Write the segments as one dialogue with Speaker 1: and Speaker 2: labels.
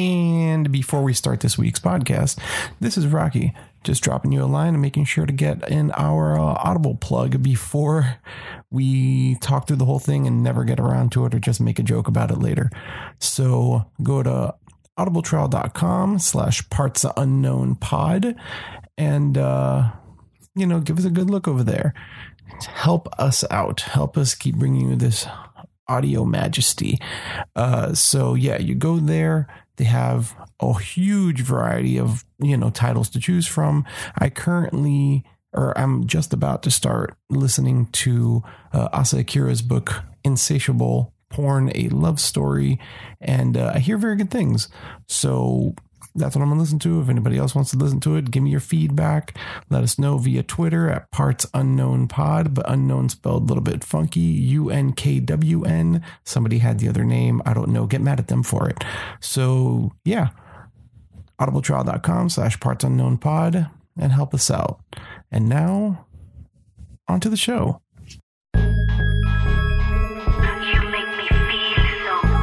Speaker 1: And before we start this week's podcast, this is Rocky just dropping you a line and making sure to get in our uh, Audible plug before we talk through the whole thing and never get around to it or just make a joke about it later. So go to audibletrial.com slash parts unknown pod and, uh, you know, give us a good look over there. Help us out. Help us keep bringing you this audio majesty. Uh, so yeah, you go there. They have a huge variety of you know titles to choose from. I currently, or I'm just about to start listening to uh, Asa Akira's book Insatiable Porn: A Love Story, and uh, I hear very good things. So. That's what I'm gonna listen to. If anybody else wants to listen to it, give me your feedback. Let us know via Twitter at parts unknown pod, but unknown spelled a little bit funky. U N K W N. Somebody had the other name. I don't know. Get mad at them for it. So yeah, audibletrial.com slash parts unknown pod and help us out. And now, on to the show.
Speaker 2: You make me feel so good.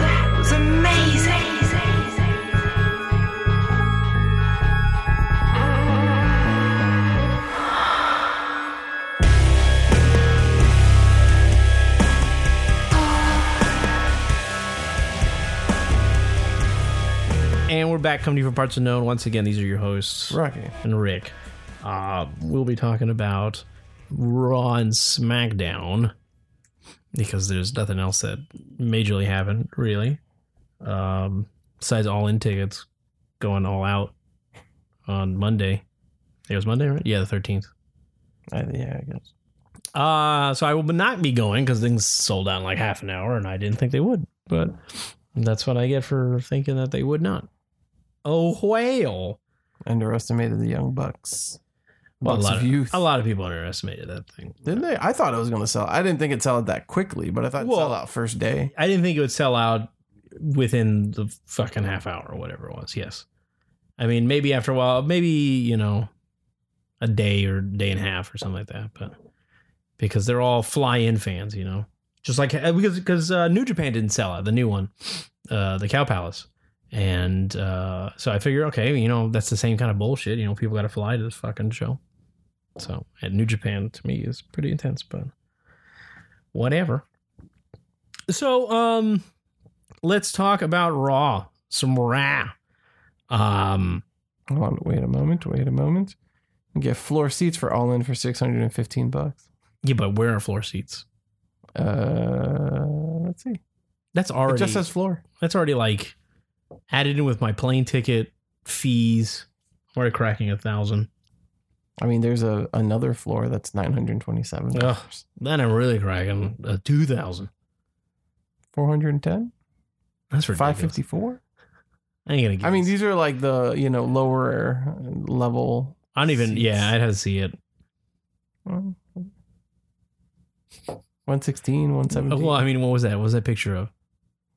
Speaker 2: That was amazing.
Speaker 3: And we're back coming to you from Parts Unknown. Once again, these are your hosts,
Speaker 1: Rocky.
Speaker 3: and Rick. Uh, we'll be talking about Raw and SmackDown because there's nothing else that majorly happened, really. Um, besides all in tickets going all out on Monday. It was Monday, right? Yeah, the 13th.
Speaker 1: yeah, I guess.
Speaker 3: Uh, so I will not be going because things sold out in like half an hour, and I didn't think they would. But that's what I get for thinking that they would not. Oh, whale.
Speaker 1: Underestimated the Young Bucks.
Speaker 3: Well, a
Speaker 1: Bucks
Speaker 3: lot
Speaker 1: of
Speaker 3: of,
Speaker 1: youth.
Speaker 3: a lot of people underestimated that thing.
Speaker 1: Didn't they? I thought it was going to sell. I didn't think it'd sell it that quickly, but I thought it'd
Speaker 3: Well-
Speaker 1: sell out first day.
Speaker 3: I didn't think it would sell out within the fucking half hour or whatever it was. Yes. I mean, maybe after a while, maybe, you know, a day or day and a half or something like that. But because they're all fly in fans, you know, just like uh, because, because uh, New Japan didn't sell out the new one, uh, the Cow Palace. And uh, so I figure, okay, you know, that's the same kind of bullshit. You know, people got to fly to this fucking show. So, and New Japan to me is pretty intense, but whatever. So, um, let's talk about Raw. Some Raw. Um,
Speaker 1: Hold on, wait a moment, wait a moment. You get floor seats for all in for 615 bucks.
Speaker 3: yeah, but where are floor seats?
Speaker 1: Uh, let's see.
Speaker 3: That's
Speaker 1: It
Speaker 3: already
Speaker 1: just says floor.
Speaker 3: that's already like added in with my plane ticket fees. I'm already cracking a thousand.
Speaker 1: I mean, there's a another floor that's 927.
Speaker 3: Ugh. Then I'm really cracking a two thousand.
Speaker 1: 410?
Speaker 3: That's ridiculous.
Speaker 1: 554?
Speaker 3: I ain't gonna. Get
Speaker 1: I mean,
Speaker 3: this.
Speaker 1: these are like the you know lower level.
Speaker 3: I don't even.
Speaker 1: seats.
Speaker 3: Yeah, I'd have to see it.
Speaker 1: One sixteen, one seventeen.
Speaker 3: Well, I mean, what was that? What was that picture of?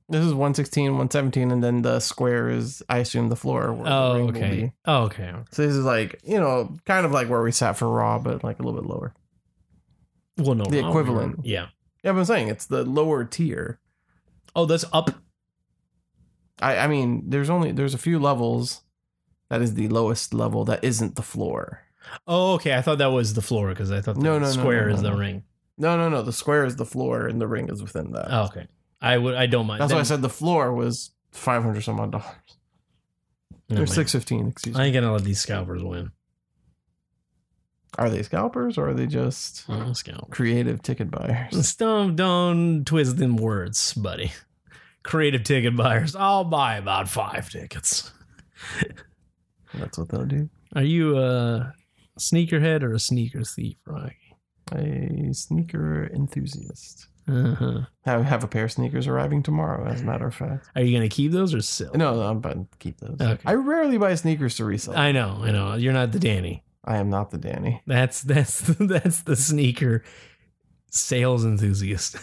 Speaker 1: this is one sixteen, one seventeen, and then the square is, I assume, the floor. Where the
Speaker 3: Oh,
Speaker 1: ring will
Speaker 3: okay.
Speaker 1: be.
Speaker 3: Oh, okay.
Speaker 1: So this is like you know, kind of like where we sat for Raw, but like a little bit lower.
Speaker 3: Well, no,
Speaker 1: The
Speaker 3: Raw, we were-
Speaker 1: equivalent.
Speaker 3: Yeah.
Speaker 1: Yeah, but I'm saying it's the lower tier.
Speaker 3: Oh, that's up.
Speaker 1: I, I mean, there's only there's a few levels. That is the lowest level. That isn't the floor.
Speaker 3: Oh, okay. I thought that was the floor because I thought the
Speaker 1: No, no, no,
Speaker 3: square
Speaker 1: no,
Speaker 3: is
Speaker 1: no,
Speaker 3: the
Speaker 1: no.
Speaker 3: ring.
Speaker 1: No, no, no. The square is the floor, and the ring is within that.
Speaker 3: Oh, okay. I would. I don't mind.
Speaker 1: That's
Speaker 3: Then-
Speaker 1: why I said the floor was five hundred some odd dollars. They're
Speaker 3: Never mind.
Speaker 1: six fifteen. Excuse
Speaker 3: I
Speaker 1: me.
Speaker 3: ain't gonna let these scalpers win.
Speaker 1: Are they scalpers or are they just
Speaker 3: Uh, scalp.
Speaker 1: creative ticket buyers?
Speaker 3: Don't don't twist them words, buddy. Creative ticket buyers. I'll buy about five tickets.
Speaker 1: That's what they'll do.
Speaker 3: Are you a sneakerhead or a sneaker thief, Rocky?
Speaker 1: A sneaker enthusiast.
Speaker 3: Uh-huh.
Speaker 1: Have have a pair of sneakers arriving tomorrow. As a matter of fact,
Speaker 3: Are you gonna keep those or sell?
Speaker 1: no, no I'm about to keep those.
Speaker 3: Okay.
Speaker 1: I rarely buy sneakers to resell. I,
Speaker 3: I know, I know. You're not the Danny.
Speaker 1: am not the Danny.
Speaker 3: That's that's that's the sneaker sales enthusiast.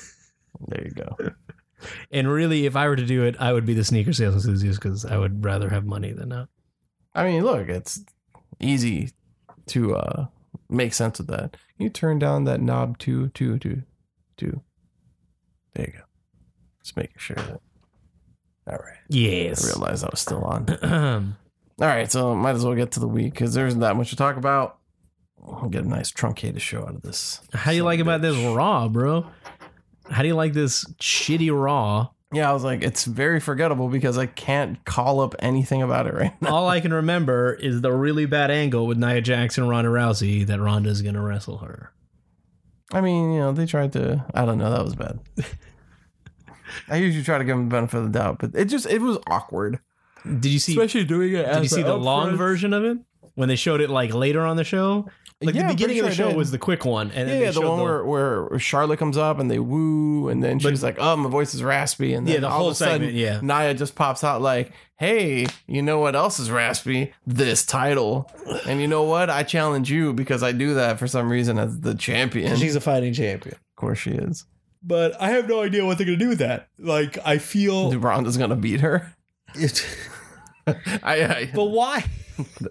Speaker 1: There you go.
Speaker 3: And really, if I were to do it, I would be the sneaker sales enthusiast because I would rather have money than not.
Speaker 1: I mean, look, it's easy to uh, make sense of that. Can you turn down that knob two, two, two, two? There you go. Just making sure. All right. I
Speaker 3: Yes.
Speaker 1: realized I was still on.
Speaker 3: Ahem.
Speaker 1: All right, so might as well get to the week because there isn't that much to talk about. We'll get a nice truncated show out of this.
Speaker 3: How do you
Speaker 1: Son
Speaker 3: like
Speaker 1: of a
Speaker 3: about this
Speaker 1: bitch.
Speaker 3: raw, bro? How do you like this shitty raw?
Speaker 1: Yeah, I was like, it's very forgettable because I can't call up anything about it right now.
Speaker 3: All I can remember is the really bad angle with Nia Jackson, Ronda Rousey, that Ronda's gonna wrestle her.
Speaker 1: I mean, you know, they tried to. I don't know. That was bad. I usually try to give them the benefit of the doubt, but it just it was awkward.
Speaker 3: Did you see?
Speaker 1: Especially doing it.
Speaker 3: Did you see the long version of it when they showed it like later on the show? Like
Speaker 1: Yeah,
Speaker 3: the
Speaker 1: I'm
Speaker 3: beginning
Speaker 1: pretty
Speaker 3: of the
Speaker 1: sure I
Speaker 3: show
Speaker 1: did.
Speaker 3: was the quick one, and
Speaker 1: Yeah,
Speaker 3: then
Speaker 1: yeah,
Speaker 3: they
Speaker 1: the
Speaker 3: showed
Speaker 1: one where, where Charlotte comes up and they woo, and then
Speaker 3: But-
Speaker 1: she's like, "Oh, my voice is raspy," and then
Speaker 3: yeah the
Speaker 1: all
Speaker 3: whole
Speaker 1: of a sudden,
Speaker 3: segment. Yeah,
Speaker 1: Naya just pops out like, "Hey, you know what else is raspy? This title." And you know what? I challenge you because I do that for some reason as the champion.
Speaker 3: she's a fighting champion.
Speaker 1: of course, she is.
Speaker 3: But I have no idea what they're gonna do with that. Like I feel,
Speaker 1: Ronda's gonna beat her. I, I
Speaker 3: but why?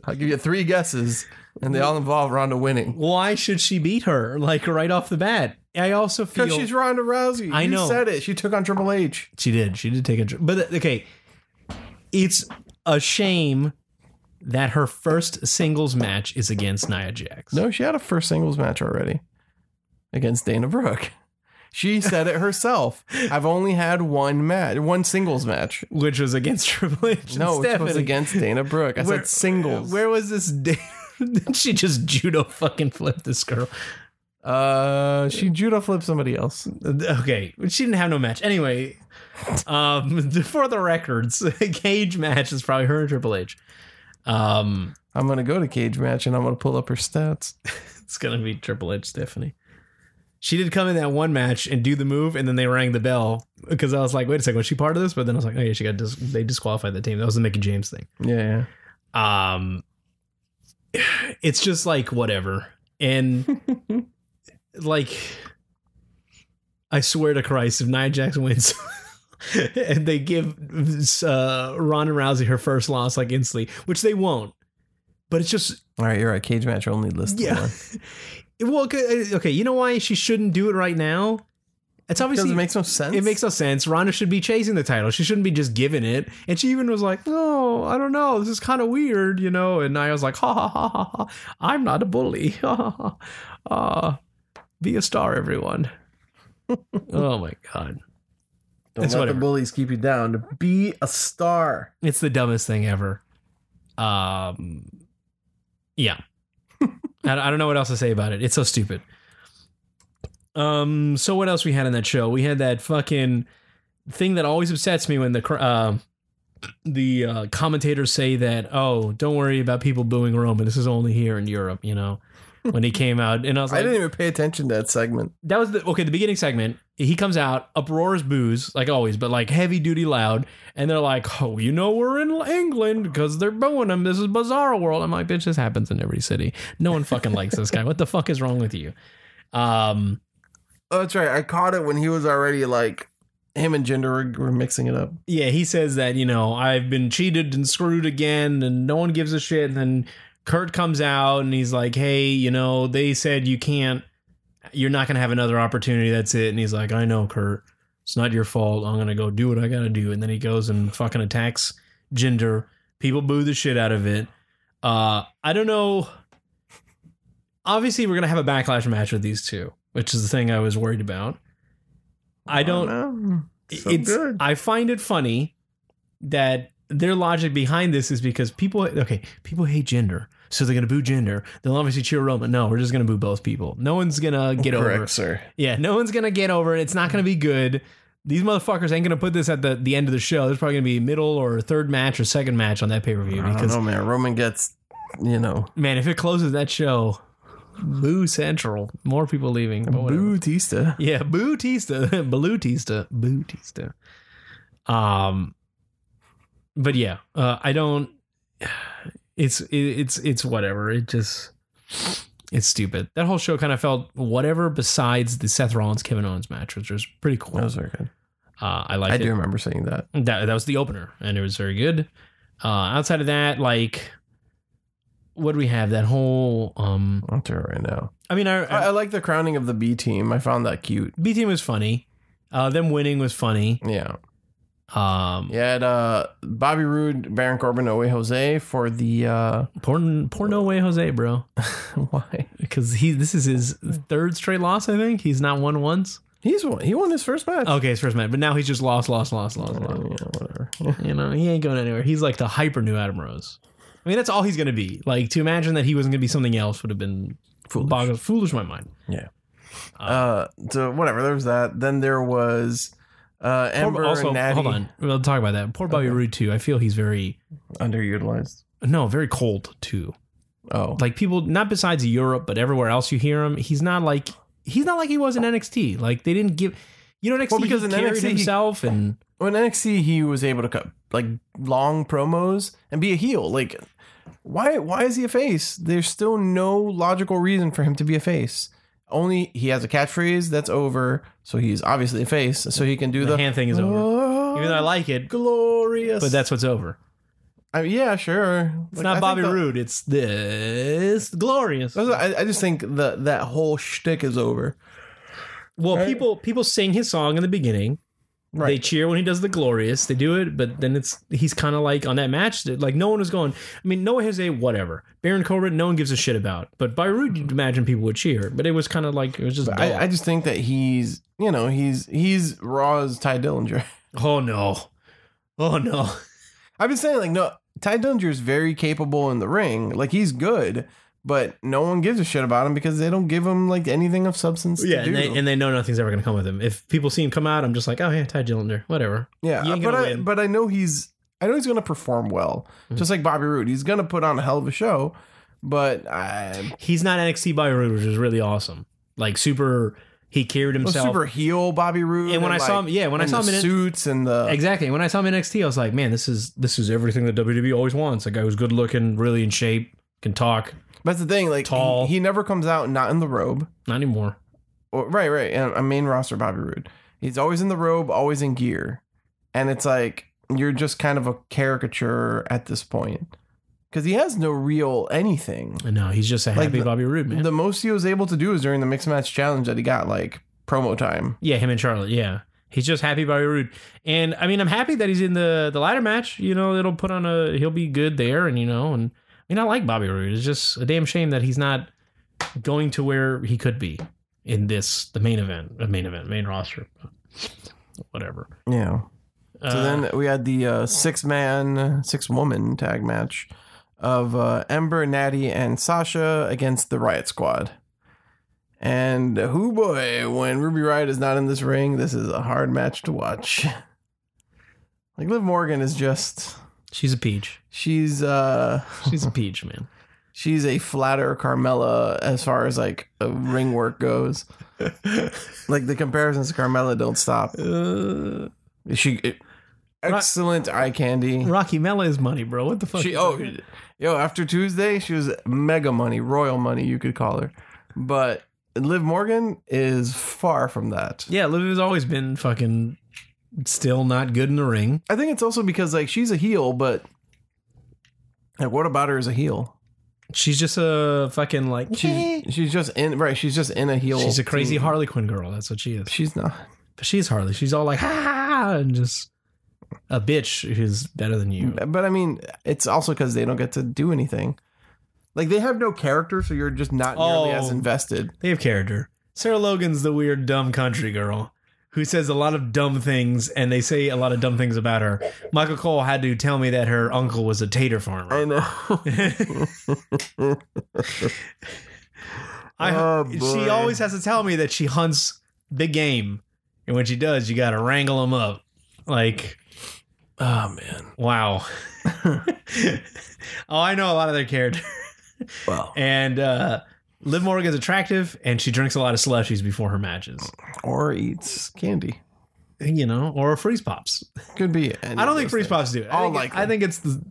Speaker 1: I'll give you three guesses, and they all involve Ronda winning
Speaker 3: Why should she beat her? Like right off the bat. I also feel
Speaker 1: because she's Ronda Rousey.
Speaker 3: I
Speaker 1: You
Speaker 3: know.
Speaker 1: said it. She took on Triple H.
Speaker 3: She did. She did take a dr- But uh, okay, it's a shame that her first singles match is against Nia Jax.
Speaker 1: No, she had a first singles match already against Dana Brooke. She said it herself. I've only had one match, one singles match.
Speaker 3: which was against Triple H. and
Speaker 1: No, it was
Speaker 3: Stephanie.
Speaker 1: against Dana Brooke. I
Speaker 3: Where-
Speaker 1: said singles.
Speaker 3: Where was this? Day? she just judo fucking flipped this girl.
Speaker 1: Uh, she judo flipped somebody else.
Speaker 3: Uh, Okay, she didn't have no match anyway. Um, for the records, a cage match is probably her and Triple H. Um,
Speaker 1: I'm gonna go to cage match and I'm gonna pull up her stats.
Speaker 3: It's gonna be Triple H Stephanie. She did come in that one match and do the move, and then they rang the bell because I was like, "Wait a second, was she part of this?" But then I was like, "Oh yeah, she got dis- they disqualified the team." That was the Mickey James thing.
Speaker 1: Yeah, yeah.
Speaker 3: Um, it's just like whatever, and like I swear to Christ, if Nia Jackson wins. and they give uh, Ronda Rousey her first loss like instantly, which they won't. But it's just
Speaker 1: All right, you're right. Cage match only listed.
Speaker 3: Yeah.
Speaker 1: one.
Speaker 3: Well, okay, uh, okay, you know why she shouldn't do it right now? It's
Speaker 1: because
Speaker 3: obviously
Speaker 1: it makes no sense.
Speaker 3: it makes no sense. Ronda should be chasing the title. She shouldn't be just giving it. And she even was like, "No, I don't know. This is kind of weird, you know." And I was like, "Ha ha ha ha! ha. I'm not a bully. Ha, ha, ha. Uh, be a star, everyone." oh my god,
Speaker 1: Don't
Speaker 3: It's
Speaker 1: let
Speaker 3: whatever.
Speaker 1: the bullies keep you down. Be a star.
Speaker 3: it's the dumbest thing ever. Um, yeah, I, I don't know what else to say about it. It's so stupid. Um, so what else we had in that show? We had that fucking thing that always upsets me when the cr- uh, the uh, commentators say that, "Oh, don't worry about people booing Roman. This is only here in Europe," you know. When he came out, and I was
Speaker 1: I
Speaker 3: like,
Speaker 1: didn't even pay attention to that segment.
Speaker 3: that was the okay the beginning segment he comes out uproars booze like always but like heavy duty loud and they're like oh you know we're in england because they're booing him this is bizarre world i'm like bitch this happens in every city no one fucking likes this guy what the fuck is wrong with you um
Speaker 1: Oh, that's right. I caught it when he was already like him and Gender were, were mixing it up.
Speaker 3: yeah he says that you know i've been cheated and screwed again and no one gives a shit and then kurt comes out and he's like hey you know they said you can't you're not gonna have another opportunity. That's it. And he's like, I know, Kurt. It's not your fault. I'm gonna go do what I gotta do. And then he goes and fucking attacks Gender. People boo the shit out of it. Uh, I don't know. Obviously, we're gonna have a backlash match with these two, which is the thing I was worried about. I don't.
Speaker 1: know. Oh, So
Speaker 3: it's.
Speaker 1: good.
Speaker 3: I find it funny that their logic behind this is because people. Okay, people hate Gender. So they're gonna boo gender. They'll obviously cheer Roman. No, we're just gonna boo both people. No one's gonna get
Speaker 1: Correct,
Speaker 3: over.
Speaker 1: sir.
Speaker 3: Yeah, no one's gonna get over it. It's not gonna be good. These motherfuckers ain't gonna put this at the, the end of the show. There's probably gonna be middle or third match or second match on that pay per view
Speaker 1: I don't
Speaker 3: because
Speaker 1: know, man. Roman gets, you know,
Speaker 3: man, if it closes that show, boo central, more people leaving. But whatever.
Speaker 1: Bautista.
Speaker 3: Yeah, Bootista, Balutista, Bootista. Um, but yeah, uh, I don't. It's it, it's it's whatever. It just it's stupid. That whole show kind of felt whatever. Besides the Seth Rollins Kevin Owens match, which was pretty cool.
Speaker 1: That was
Speaker 3: Uh,
Speaker 1: very good.
Speaker 3: I
Speaker 1: I,
Speaker 3: liked it.
Speaker 1: do remember seeing that.
Speaker 3: That that was the opener, and it was very good. Uh, outside of that, like what do we have? That whole um.
Speaker 1: I'll do it right now.
Speaker 3: I mean, I,
Speaker 1: Uh, I, I like the crowning of the B team. I found that cute.
Speaker 3: B team was funny. Uh, them winning was funny.
Speaker 1: Yeah.
Speaker 3: Um,
Speaker 1: You had uh, Bobby Roode, Baron Corbin, Owe Jose for the. Uh,
Speaker 3: Poor, poor no way, Jose, bro.
Speaker 1: why?
Speaker 3: Because he this is his third straight loss. I think he's not won once.
Speaker 1: He's won, he won his first match.
Speaker 3: Okay, his first match, but now he's just lost, lost, lost, lost,
Speaker 1: Yeah,
Speaker 3: lost.
Speaker 1: whatever.
Speaker 3: You know, he ain't going anywhere. He's like the hyper new Adam Rose. I mean, that's all he's gonna be. Like to imagine that he wasn't gonna be something else would have been
Speaker 1: Foolish.
Speaker 3: boggles foolish my mind.
Speaker 1: Uh, so whatever. There was that. Then there was uh,
Speaker 3: Poor-
Speaker 1: Ember
Speaker 3: also,
Speaker 1: and Natty
Speaker 3: hold on, we'll talk about that. Poor Bobby
Speaker 1: Okay.
Speaker 3: Roode too. I feel he's very
Speaker 1: underutilized.
Speaker 3: no, very cold too.
Speaker 1: Oh,
Speaker 3: Like people, not besides Europe, but everywhere else you hear him, he's not like he's not like he was in NXT. Like they didn't give. You know, NXT
Speaker 1: Well,
Speaker 3: because
Speaker 1: because
Speaker 3: he
Speaker 1: in
Speaker 3: carried
Speaker 1: NXT, he-
Speaker 3: himself and
Speaker 1: when NXT he was able to cut like long promos and be a heel. Like why why is he a face? There's still no logical reason for him to be a face. Only he has a catchphrase that's over, so he's obviously a face. So he can do the,
Speaker 3: the, hand thing is over.
Speaker 1: "Oh,
Speaker 3: Even though I like it,
Speaker 1: glorious.
Speaker 3: but that's what's over.
Speaker 1: I mean, yeah, sure.
Speaker 3: It's not Bobby Roode. It's this glorious.
Speaker 1: I, I just think that that whole shtick is over.
Speaker 3: Well,
Speaker 1: Right.
Speaker 3: people people sing his song in the beginning. They
Speaker 1: Right.
Speaker 3: cheer when he does the glorious. They do it, but then it's he's kind of like on that match. that, Like no one was going. I mean, Noah Jose, whatever. Baron Corbin, no one gives a shit about. But by Rude, you'd imagine people would cheer. But it was kind of like it was just.
Speaker 1: But I,
Speaker 3: dull.
Speaker 1: I just think that he's you know he's he's Raw's Ty Dillinger.
Speaker 3: oh no, oh no.
Speaker 1: I've been saying like no, Ty Dillinger is very capable in the ring. Like he's good, but no one gives a shit about him because they don't give him like anything of substance.
Speaker 3: Yeah,
Speaker 1: to do.
Speaker 3: and they, and they know nothing's ever going to come with him. If people see him come out, I'm just like, oh yeah, Ty Dillinger, whatever.
Speaker 1: yeah.
Speaker 3: you ain't
Speaker 1: but
Speaker 3: gonna
Speaker 1: I
Speaker 3: win. Mm-hmm.
Speaker 1: but I know he's I know he's gonna perform well, just like Bobby Roode. He's gonna put on a hell of a show. But I
Speaker 3: He's not NXT by Rude, which is really awesome. Like super, he carried
Speaker 1: well,
Speaker 3: himself.
Speaker 1: super heel Bobby Roode.
Speaker 3: And when I saw him- yeah, when I
Speaker 1: and
Speaker 3: saw
Speaker 1: the
Speaker 3: him in it-
Speaker 1: suits and the
Speaker 3: Exactly. When I saw him in NXT, I was like, man, this is this is everything that WWE always wants. A guy who's good looking, really in shape, can talk.
Speaker 1: that's the thing. Like
Speaker 3: Tall.
Speaker 1: he, he never comes out not in the robe.
Speaker 3: Not anymore.
Speaker 1: Or, right, right. And a main roster Bobby Roode. He's always in the robe, always in gear. And it's like you're just kind of a caricature at this point. Cuz he has no real anything.
Speaker 3: And no, he's just a
Speaker 1: Like
Speaker 3: happy
Speaker 1: the-
Speaker 3: Bobby Roode man.
Speaker 1: The most he was able to do is during the mixed match challenge that he got like promo time.
Speaker 3: yeah, him and Charlotte. Yeah, he's just happy Bobby Roode. And I mean, I'm happy that he's in the the ladder match. You know, it'll put on a he'll be good there. And you know, and I mean, I like Bobby Roode. It's just a damn shame that he's not going to where he could be in this the main event, the main event, main roster. Whatever.
Speaker 1: Yeah. So
Speaker 3: Uh,
Speaker 1: then we had the uh, six man, six woman tag match of uh, Ember, Natty, and Sasha against the Riot Squad. And who boy, when Ruby Riot is not in this ring, this is a hard match to watch. Like Liv Morgan is just
Speaker 3: she's a peach.
Speaker 1: she's uh
Speaker 3: She's a peach, man.
Speaker 1: she's a flatter Carmella as far as like uh, ring work goes. like the comparisons to Carmella don't stop. Uh, She it- excellent eye candy.
Speaker 3: Rocky Mella is money, bro. What the fuck?
Speaker 1: She oh, yo! After Tuesday, she was mega money, royal money, you could call her. But Liv Morgan is far from that.
Speaker 3: yeah, Liv has always been fucking still not good in the ring.
Speaker 1: I think it's also because like she's a heel, but like what about her as a heel?
Speaker 3: She's just a fucking like
Speaker 1: She's she's just in right. She's just in a heel.
Speaker 3: she's a crazy
Speaker 1: team.
Speaker 3: Harley Quinn girl. That's what she is.
Speaker 1: She's not.
Speaker 3: But she's Harley. She's all like ha ha, ha," and just a bitch who's better than you.
Speaker 1: But I mean, it's also because they don't get to do anything. Like they have no character, so you're just not nearly
Speaker 3: Oh.
Speaker 1: as invested.
Speaker 3: They have character. Sarah Logan's the weird dumb country girl who says a lot of dumb things, and they say a lot of dumb things about her. Michael Cole had to tell me that her uncle was a tater farmer.
Speaker 1: know.
Speaker 3: I
Speaker 1: Oh,
Speaker 3: she
Speaker 1: boy.
Speaker 3: always has to tell me that she hunts big game, and when she does, you got to wrangle them up. Like,
Speaker 1: oh man.
Speaker 3: wow. oh, I know a lot of their character.
Speaker 1: Well,
Speaker 3: And uh, Liv Morgan's attractive, and she drinks a lot of slushies before her matches.
Speaker 1: or eats candy.
Speaker 3: You know, or freeze pops.
Speaker 1: Could be. any
Speaker 3: I
Speaker 1: of
Speaker 3: don't think
Speaker 1: those
Speaker 3: freeze
Speaker 1: things.
Speaker 3: pops do it. I
Speaker 1: All
Speaker 3: think, it-
Speaker 1: likely.
Speaker 3: I think it's the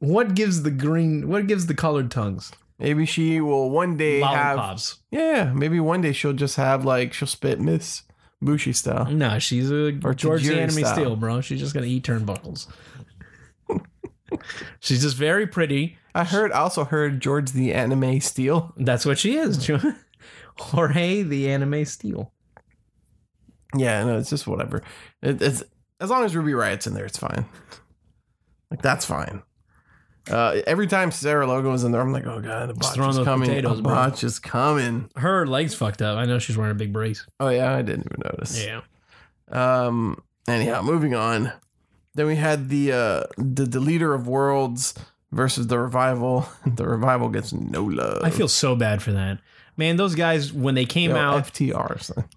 Speaker 3: what gives the green, what gives the colored tongues?
Speaker 1: Maybe she will one day have.
Speaker 3: Lollipops.
Speaker 1: Yeah, maybe one day she'll just have like she'll spit Miss Bushi style.
Speaker 3: No, she's a
Speaker 1: Or
Speaker 3: George the
Speaker 1: Tajiri
Speaker 3: Enemy
Speaker 1: style.
Speaker 3: Steel, bro. She's just gonna eat turnbuckles. she's just very pretty.
Speaker 1: I heard. I also heard George the anime steal.
Speaker 3: That's what she is. Jorge the Anime Steel.
Speaker 1: Yeah, no, it's just whatever. It, it's as long as Ruby Riot's in there, it's fine. Like that's fine. Uh, every time Sarah Logan was in there, I'm like, oh god, a botch
Speaker 3: throwing
Speaker 1: is
Speaker 3: those
Speaker 1: coming.
Speaker 3: potatoes,
Speaker 1: a
Speaker 3: bro.
Speaker 1: botch is coming.
Speaker 3: Her legs fucked up. I know she's wearing a big brace.
Speaker 1: Oh yeah, I didn't even notice.
Speaker 3: Yeah.
Speaker 1: Um. Anyhow, moving on. Then we had the uh the deleter of worlds versus the revival. the revival gets no love.
Speaker 3: I feel so bad for that. Man, those guys when they came
Speaker 1: Yo,
Speaker 3: out
Speaker 1: FTR. son.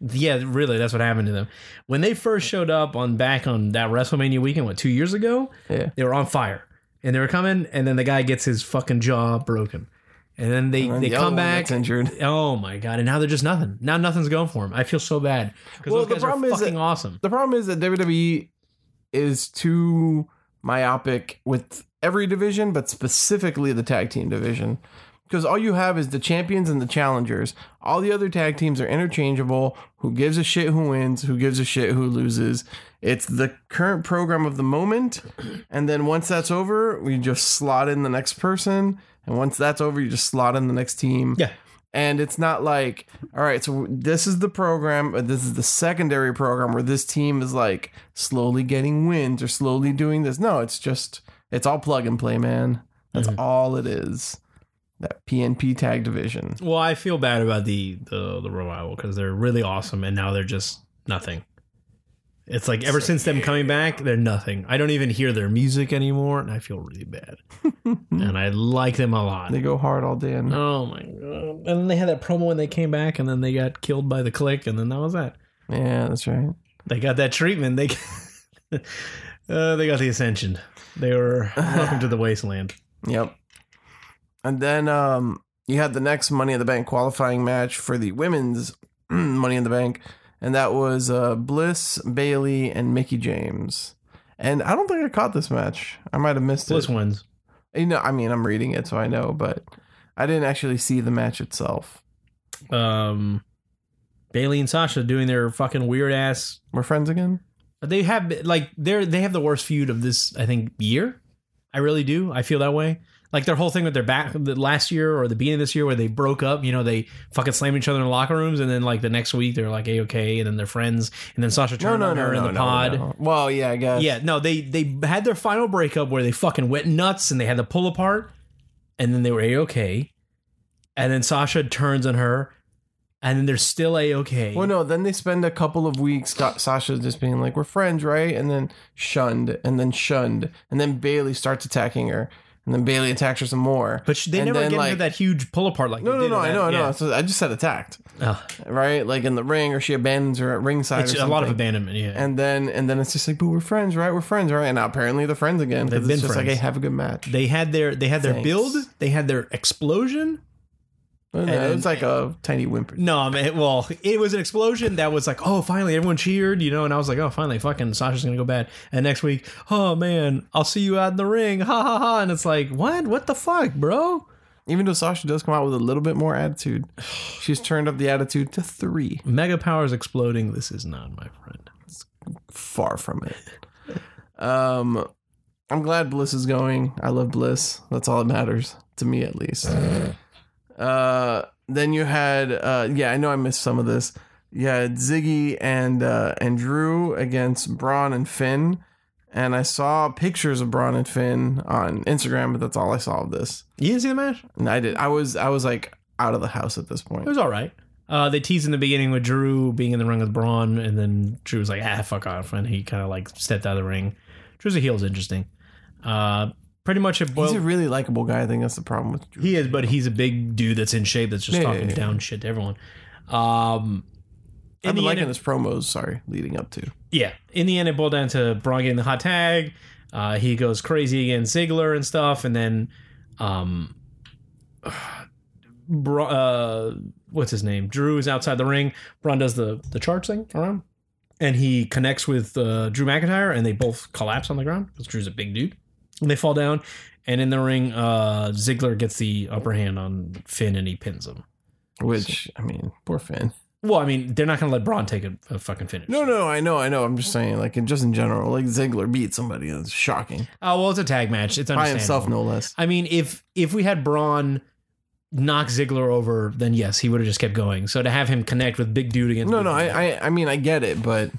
Speaker 3: Yeah, really, that's what happened to them. When they first showed up on back on that WrestleMania weekend, what, two years ago?
Speaker 1: Yeah.
Speaker 3: They were on fire. And they were coming, and then the guy gets his fucking jaw broken. And then they,
Speaker 1: And
Speaker 3: they
Speaker 1: the other
Speaker 3: come
Speaker 1: one
Speaker 3: back.
Speaker 1: gets injured.
Speaker 3: Oh my god! And now they're just nothing. Now nothing's going for them. I feel so bad because
Speaker 1: Well, the
Speaker 3: those guys
Speaker 1: problem
Speaker 3: are
Speaker 1: is
Speaker 3: fucking
Speaker 1: that-
Speaker 3: awesome.
Speaker 1: The problem is that WWE is too myopic with every division, but specifically the tag team division. Because all you have is the champions and the challengers. All the other tag teams are interchangeable. Who gives a shit who wins? Who gives a shit who loses? It's the current program of the moment. And then once that's over, we just slot in the next person. And once that's over, you just slot in the next team.
Speaker 3: Yeah.
Speaker 1: And it's not like, all right, so this is the program, uh, this is the secondary program where this team is like slowly getting wins or slowly doing this. No, it's just, it's all plug and play, man. That's all it is. That PNP tag division.
Speaker 3: Well, I feel bad about the the, the revival because they're really awesome, and now they're just nothing. It's like ever since them coming back, they're nothing. I don't even hear their music anymore, and I feel really bad. and I like them a lot.
Speaker 1: They go hard all day. And,
Speaker 3: Oh my god! And then they had that promo when they came back, and then they got killed by the click, and then that was that.
Speaker 1: yeah, that's right.
Speaker 3: They got that treatment. They uh, they got the ascension. They were welcome to the wasteland.
Speaker 1: Yep. And then um, you had the next Money in the Bank qualifying match for the women's Money in the Bank, and that was uh, Bliss, Bailey, and Mickey James. And I don't think I caught this match. I might have missed
Speaker 3: Bliss
Speaker 1: it.
Speaker 3: wins.
Speaker 1: You know, I mean, I'm reading it, so I know, but I didn't actually see the match itself.
Speaker 3: um Bailey and Sasha doing their fucking weird ass.
Speaker 1: We're friends again.
Speaker 3: They have like they're they have the worst feud of this I think year. I really do. I feel that way. Like their whole thing with their back the last year or the beginning of this year where they broke up. You know they fucking slammed each other in the locker rooms and then like the next week they're like a okay and then they're friends and then Sasha
Speaker 1: No,
Speaker 3: turned
Speaker 1: no,
Speaker 3: on
Speaker 1: no,
Speaker 3: her
Speaker 1: no,
Speaker 3: in the
Speaker 1: no,
Speaker 3: pod.
Speaker 1: no. Well, yeah, I guess.
Speaker 3: Yeah, no, they they had their final breakup where they fucking went nuts and they had to pull apart, and then they were a okay, and then Sasha turns on her, and then they're still a okay.
Speaker 1: Well, no. Then they spend a couple of weeks. Sa- Sasha just being like, "We're friends, right?" And then shunned, and then shunned, and then Bailey starts attacking her, and then Bailey attacks her some more.
Speaker 3: But sh- they
Speaker 1: And
Speaker 3: never
Speaker 1: then,
Speaker 3: get
Speaker 1: like-
Speaker 3: into that huge pull apart like
Speaker 1: no,
Speaker 3: they
Speaker 1: no,
Speaker 3: did
Speaker 1: no.
Speaker 3: in
Speaker 1: I
Speaker 3: that-
Speaker 1: know, I know.
Speaker 3: yeah.
Speaker 1: So I just said attacked,
Speaker 3: Ugh,
Speaker 1: right? Like in the ring, or she abandons her at ringside.
Speaker 3: it's
Speaker 1: or
Speaker 3: a lot of
Speaker 1: something.
Speaker 3: abandonment. Yeah,
Speaker 1: And then, and then it's just like, but we're friends, right? We're friends, right? And now apparently they're friends again. 'cause
Speaker 3: They've
Speaker 1: it's
Speaker 3: been
Speaker 1: just like, hey,
Speaker 3: friends.
Speaker 1: have a good match.
Speaker 3: they had their they had their
Speaker 1: Thanks.
Speaker 3: build, they had their explosion.
Speaker 1: And, it was like a tiny whimper.
Speaker 3: No, I mean, well, it was an explosion that was like, oh, finally, everyone cheered, you know, and I was like, oh, finally, fucking Sasha's gonna go bad. And next week, oh man, I'll see you out in the ring, ha ha ha. And it's like, what? What the fuck, bro?
Speaker 1: Even though Sasha does come out with a little bit more attitude, she's turned up the attitude to three.
Speaker 3: Mega powers exploding. This is not my friend.
Speaker 1: far from it. Um, I'm glad Bliss is going. I love Bliss. That's all that matters to me, at least. Uh, then you had, uh, yeah, I know I missed some of this. You had Ziggy and uh, and Drew against Braun and Finn, and I saw pictures of Braun and Finn on Instagram, but that's all I saw of this.
Speaker 3: You didn't see the match?
Speaker 1: And I did. I was I was like out of the house at this
Speaker 3: It
Speaker 1: point.
Speaker 3: was all right. Uh, they teased in the beginning with Drew being in the ring with Braun, and then Drew was like, ah, fuck off. And he kind of like stepped out of the ring. Drew's a heel is interesting. Uh, pretty much it boiled.
Speaker 1: He's a really likable guy. I think that's the problem with Drew.
Speaker 3: He is, but he's a big dude that's in shape that's just
Speaker 1: Yeah,
Speaker 3: talking
Speaker 1: yeah, yeah.
Speaker 3: down shit to everyone. Um, in
Speaker 1: I've been
Speaker 3: the
Speaker 1: liking
Speaker 3: end, it-
Speaker 1: his promos. Sorry, leading up to.
Speaker 3: yeah. In the end, it boiled down to Braun getting the hot tag. Uh, he goes crazy against Ziggler and stuff, and then, um, Bra- uh, what's his name? Drew is outside the ring. Braun does the the charge thing around, and he connects with uh, Drew McIntyre, and they both collapse on the ground because Drew's a big dude. And they fall down, and in the ring, uh, Ziggler gets the upper hand on Finn, and he pins him.
Speaker 1: Which I mean, poor Finn.
Speaker 3: Well, I mean, they're not going to let Braun take a, a fucking finish.
Speaker 1: No, no, I know, I know. I'm just saying, like, in, just in general, like Ziggler beat somebody. That's shocking
Speaker 3: Oh well, it's a tag match. It's
Speaker 1: by
Speaker 3: understandable.
Speaker 1: himself, no less.
Speaker 3: I mean, if if we had Braun knock Ziggler over, then yes, he would have just kept going. So to have him connect with Big Dude against
Speaker 1: No,
Speaker 3: Big
Speaker 1: no,
Speaker 3: Dude-
Speaker 1: I, I, I mean, I get it, but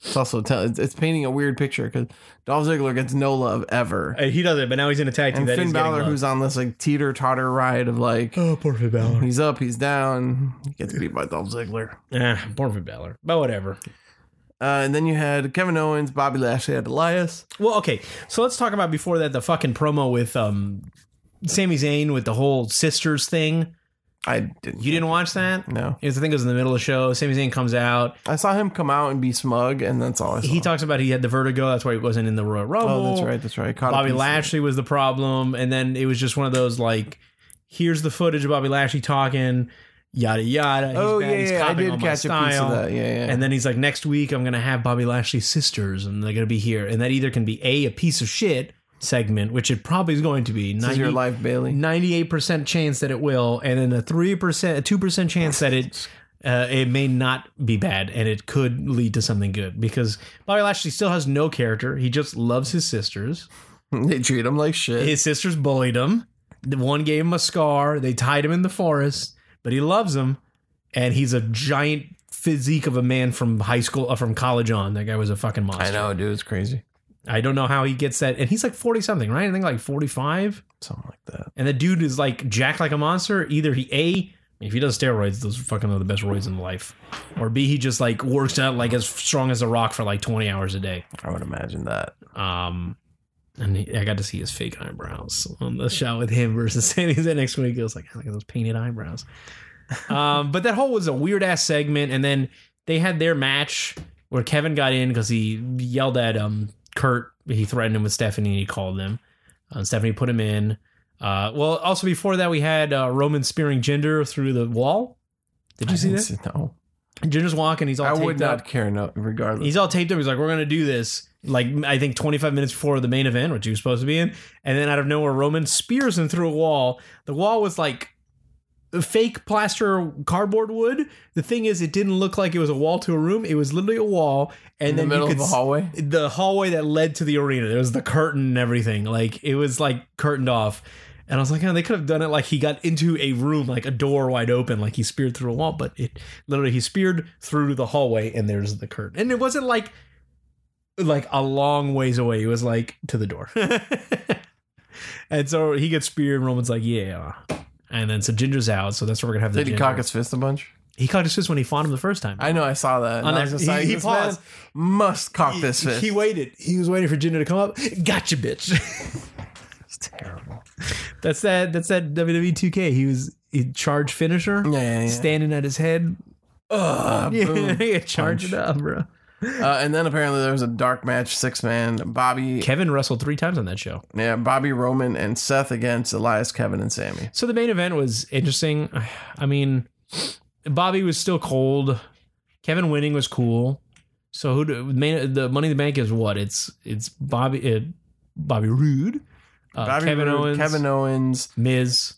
Speaker 1: it's also tell, it's, it's painting a weird picture because Dolph Ziggler gets no love ever,
Speaker 3: Uh, he doesn't. But now he's in a tag team.
Speaker 1: and
Speaker 3: that
Speaker 1: Finn
Speaker 3: he's getting
Speaker 1: Balor,
Speaker 3: loved.
Speaker 1: who's on this like teeter totter ride of like
Speaker 3: oh poor Finn Balor.
Speaker 1: he's up, he's down, he gets beat by Dolph Ziggler,
Speaker 3: Ah, poor Finn Balor. But whatever.
Speaker 1: uh, and then you had Kevin Owens, Bobby Lashley, and Elias.
Speaker 3: Well, okay. So let's talk about before that the fucking promo with um, Sami Zayn with the whole sisters thing.
Speaker 1: I didn't,
Speaker 3: You didn't watch that?
Speaker 1: no,
Speaker 3: It was, I think it was in the middle of the show. Sami Zayn comes out.
Speaker 1: I saw him come out and be smug, and that's all I saw.
Speaker 3: He talks about he had the vertigo. That's why he wasn't in the Royal Rumble.
Speaker 1: Oh, that's right, that's right. Caught a
Speaker 3: Bobby
Speaker 1: piece of it.
Speaker 3: Lashley was the problem, and then it was just one of those like, here's the footage of Bobby Lashley talking, yada yada. He's
Speaker 1: Oh
Speaker 3: bad.
Speaker 1: yeah,
Speaker 3: He's
Speaker 1: yeah, I
Speaker 3: copying
Speaker 1: did
Speaker 3: all my
Speaker 1: catch a piece of
Speaker 3: style.
Speaker 1: that. Yeah, yeah.
Speaker 3: And then he's like, next week I'm gonna have Bobby Lashley's sisters, and they're gonna be here, and that either can be a a piece of shit segment, which it probably is going to be.
Speaker 1: this is your life, Bailey.
Speaker 3: 98% chance that it will and then a 3% a 2% chance that it uh, it may not be bad and it could lead to something good because Bobby Lashley still has no character he just loves his sisters
Speaker 1: they treat him like shit.
Speaker 3: his sisters bullied him the one gave him a scar they tied him in the forest but he loves them and he's a giant physique of a man from high school uh, from college on that guy was a fucking monster
Speaker 1: I know, dude. It's crazy.
Speaker 3: I don't know how he gets that and he's like 40 something right I think like 45
Speaker 1: Something like that.
Speaker 3: and the dude is like jacked like a monster. Either he a if he does steroids, those are fucking are the best roids in life, or b he just like works out like as strong as a rock for like twenty hours a day.
Speaker 1: I would imagine that.
Speaker 3: Um, and he, I got to see his fake eyebrows on the shot with him versus Sami Zayn next week. It was like look at those painted eyebrows. um, but that whole was a weird ass segment, and then they had their match where Kevin got in because he yelled at um Kurt. He threatened him with Stephanie. and He called him. Uh, Stephanie put him in. Uh, well, also before that, we had uh, Roman spearing Jinder through the wall. Did you see
Speaker 1: didn't
Speaker 3: that?
Speaker 1: No,
Speaker 3: Jinder's walking. He's all
Speaker 1: I
Speaker 3: taped
Speaker 1: would
Speaker 3: up.
Speaker 1: not care. No, regardless.
Speaker 3: He's all taped up. He's like, we're going to do this. Like, I think 25 minutes before the main event, which he was supposed to be in. And then out of nowhere, Roman spears him through a wall. The wall was like fake plaster cardboard wood. The thing is, it didn't look like it was a wall to a room. It was literally a wall. And
Speaker 1: in the
Speaker 3: then
Speaker 1: middle
Speaker 3: you
Speaker 1: of
Speaker 3: could
Speaker 1: the
Speaker 3: s-
Speaker 1: hallway.
Speaker 3: the hallway that led to the arena. There was the curtain and everything. Like it was like curtained off. And I was like, oh, they could have done it like he got into a room, like a door wide open, like he speared through a wall. But it literally he speared through the hallway, and there's the curtain. And it wasn't like like a long ways away. It was like to the door. and so he gets speared. And Roman's like, yeah. And then so Ginger's out. So that's where we're gonna have the.
Speaker 1: Did he
Speaker 3: Jinder.
Speaker 1: cock his fist a bunch?
Speaker 3: He caught his fist when he fought him the first time.
Speaker 1: I know, I saw that. and
Speaker 3: On
Speaker 1: I
Speaker 3: that-
Speaker 1: was
Speaker 3: he-
Speaker 1: just like,
Speaker 3: he
Speaker 1: this man
Speaker 3: paused.
Speaker 1: Must cock this
Speaker 3: He-
Speaker 1: fist.
Speaker 3: He waited. He was waiting for Jinder to come up. Gotcha, bitch.
Speaker 1: It's terrible.
Speaker 3: that's that. That's that WWE 2K. He was he charge finisher,
Speaker 1: Yeah, yeah, yeah.
Speaker 3: standing at his head.
Speaker 1: Ugh, boom.
Speaker 3: yeah, charge it up, bro.
Speaker 1: Uh, and then apparently there was a dark match, six man, Bobby,
Speaker 3: Kevin wrestled three times on that show.
Speaker 1: yeah, Bobby Roman and Seth against Elias, Kevin, and Sammy.
Speaker 3: So the main event was interesting. I mean, Bobby was still cold. Kevin winning was cool. So who do, main, the Money in the Bank is what? It's it's Bobby uh, Bobby Roode, uh,
Speaker 1: Bobby
Speaker 3: Kevin
Speaker 1: Roode,
Speaker 3: Owens,
Speaker 1: Kevin Owens.
Speaker 3: Miz.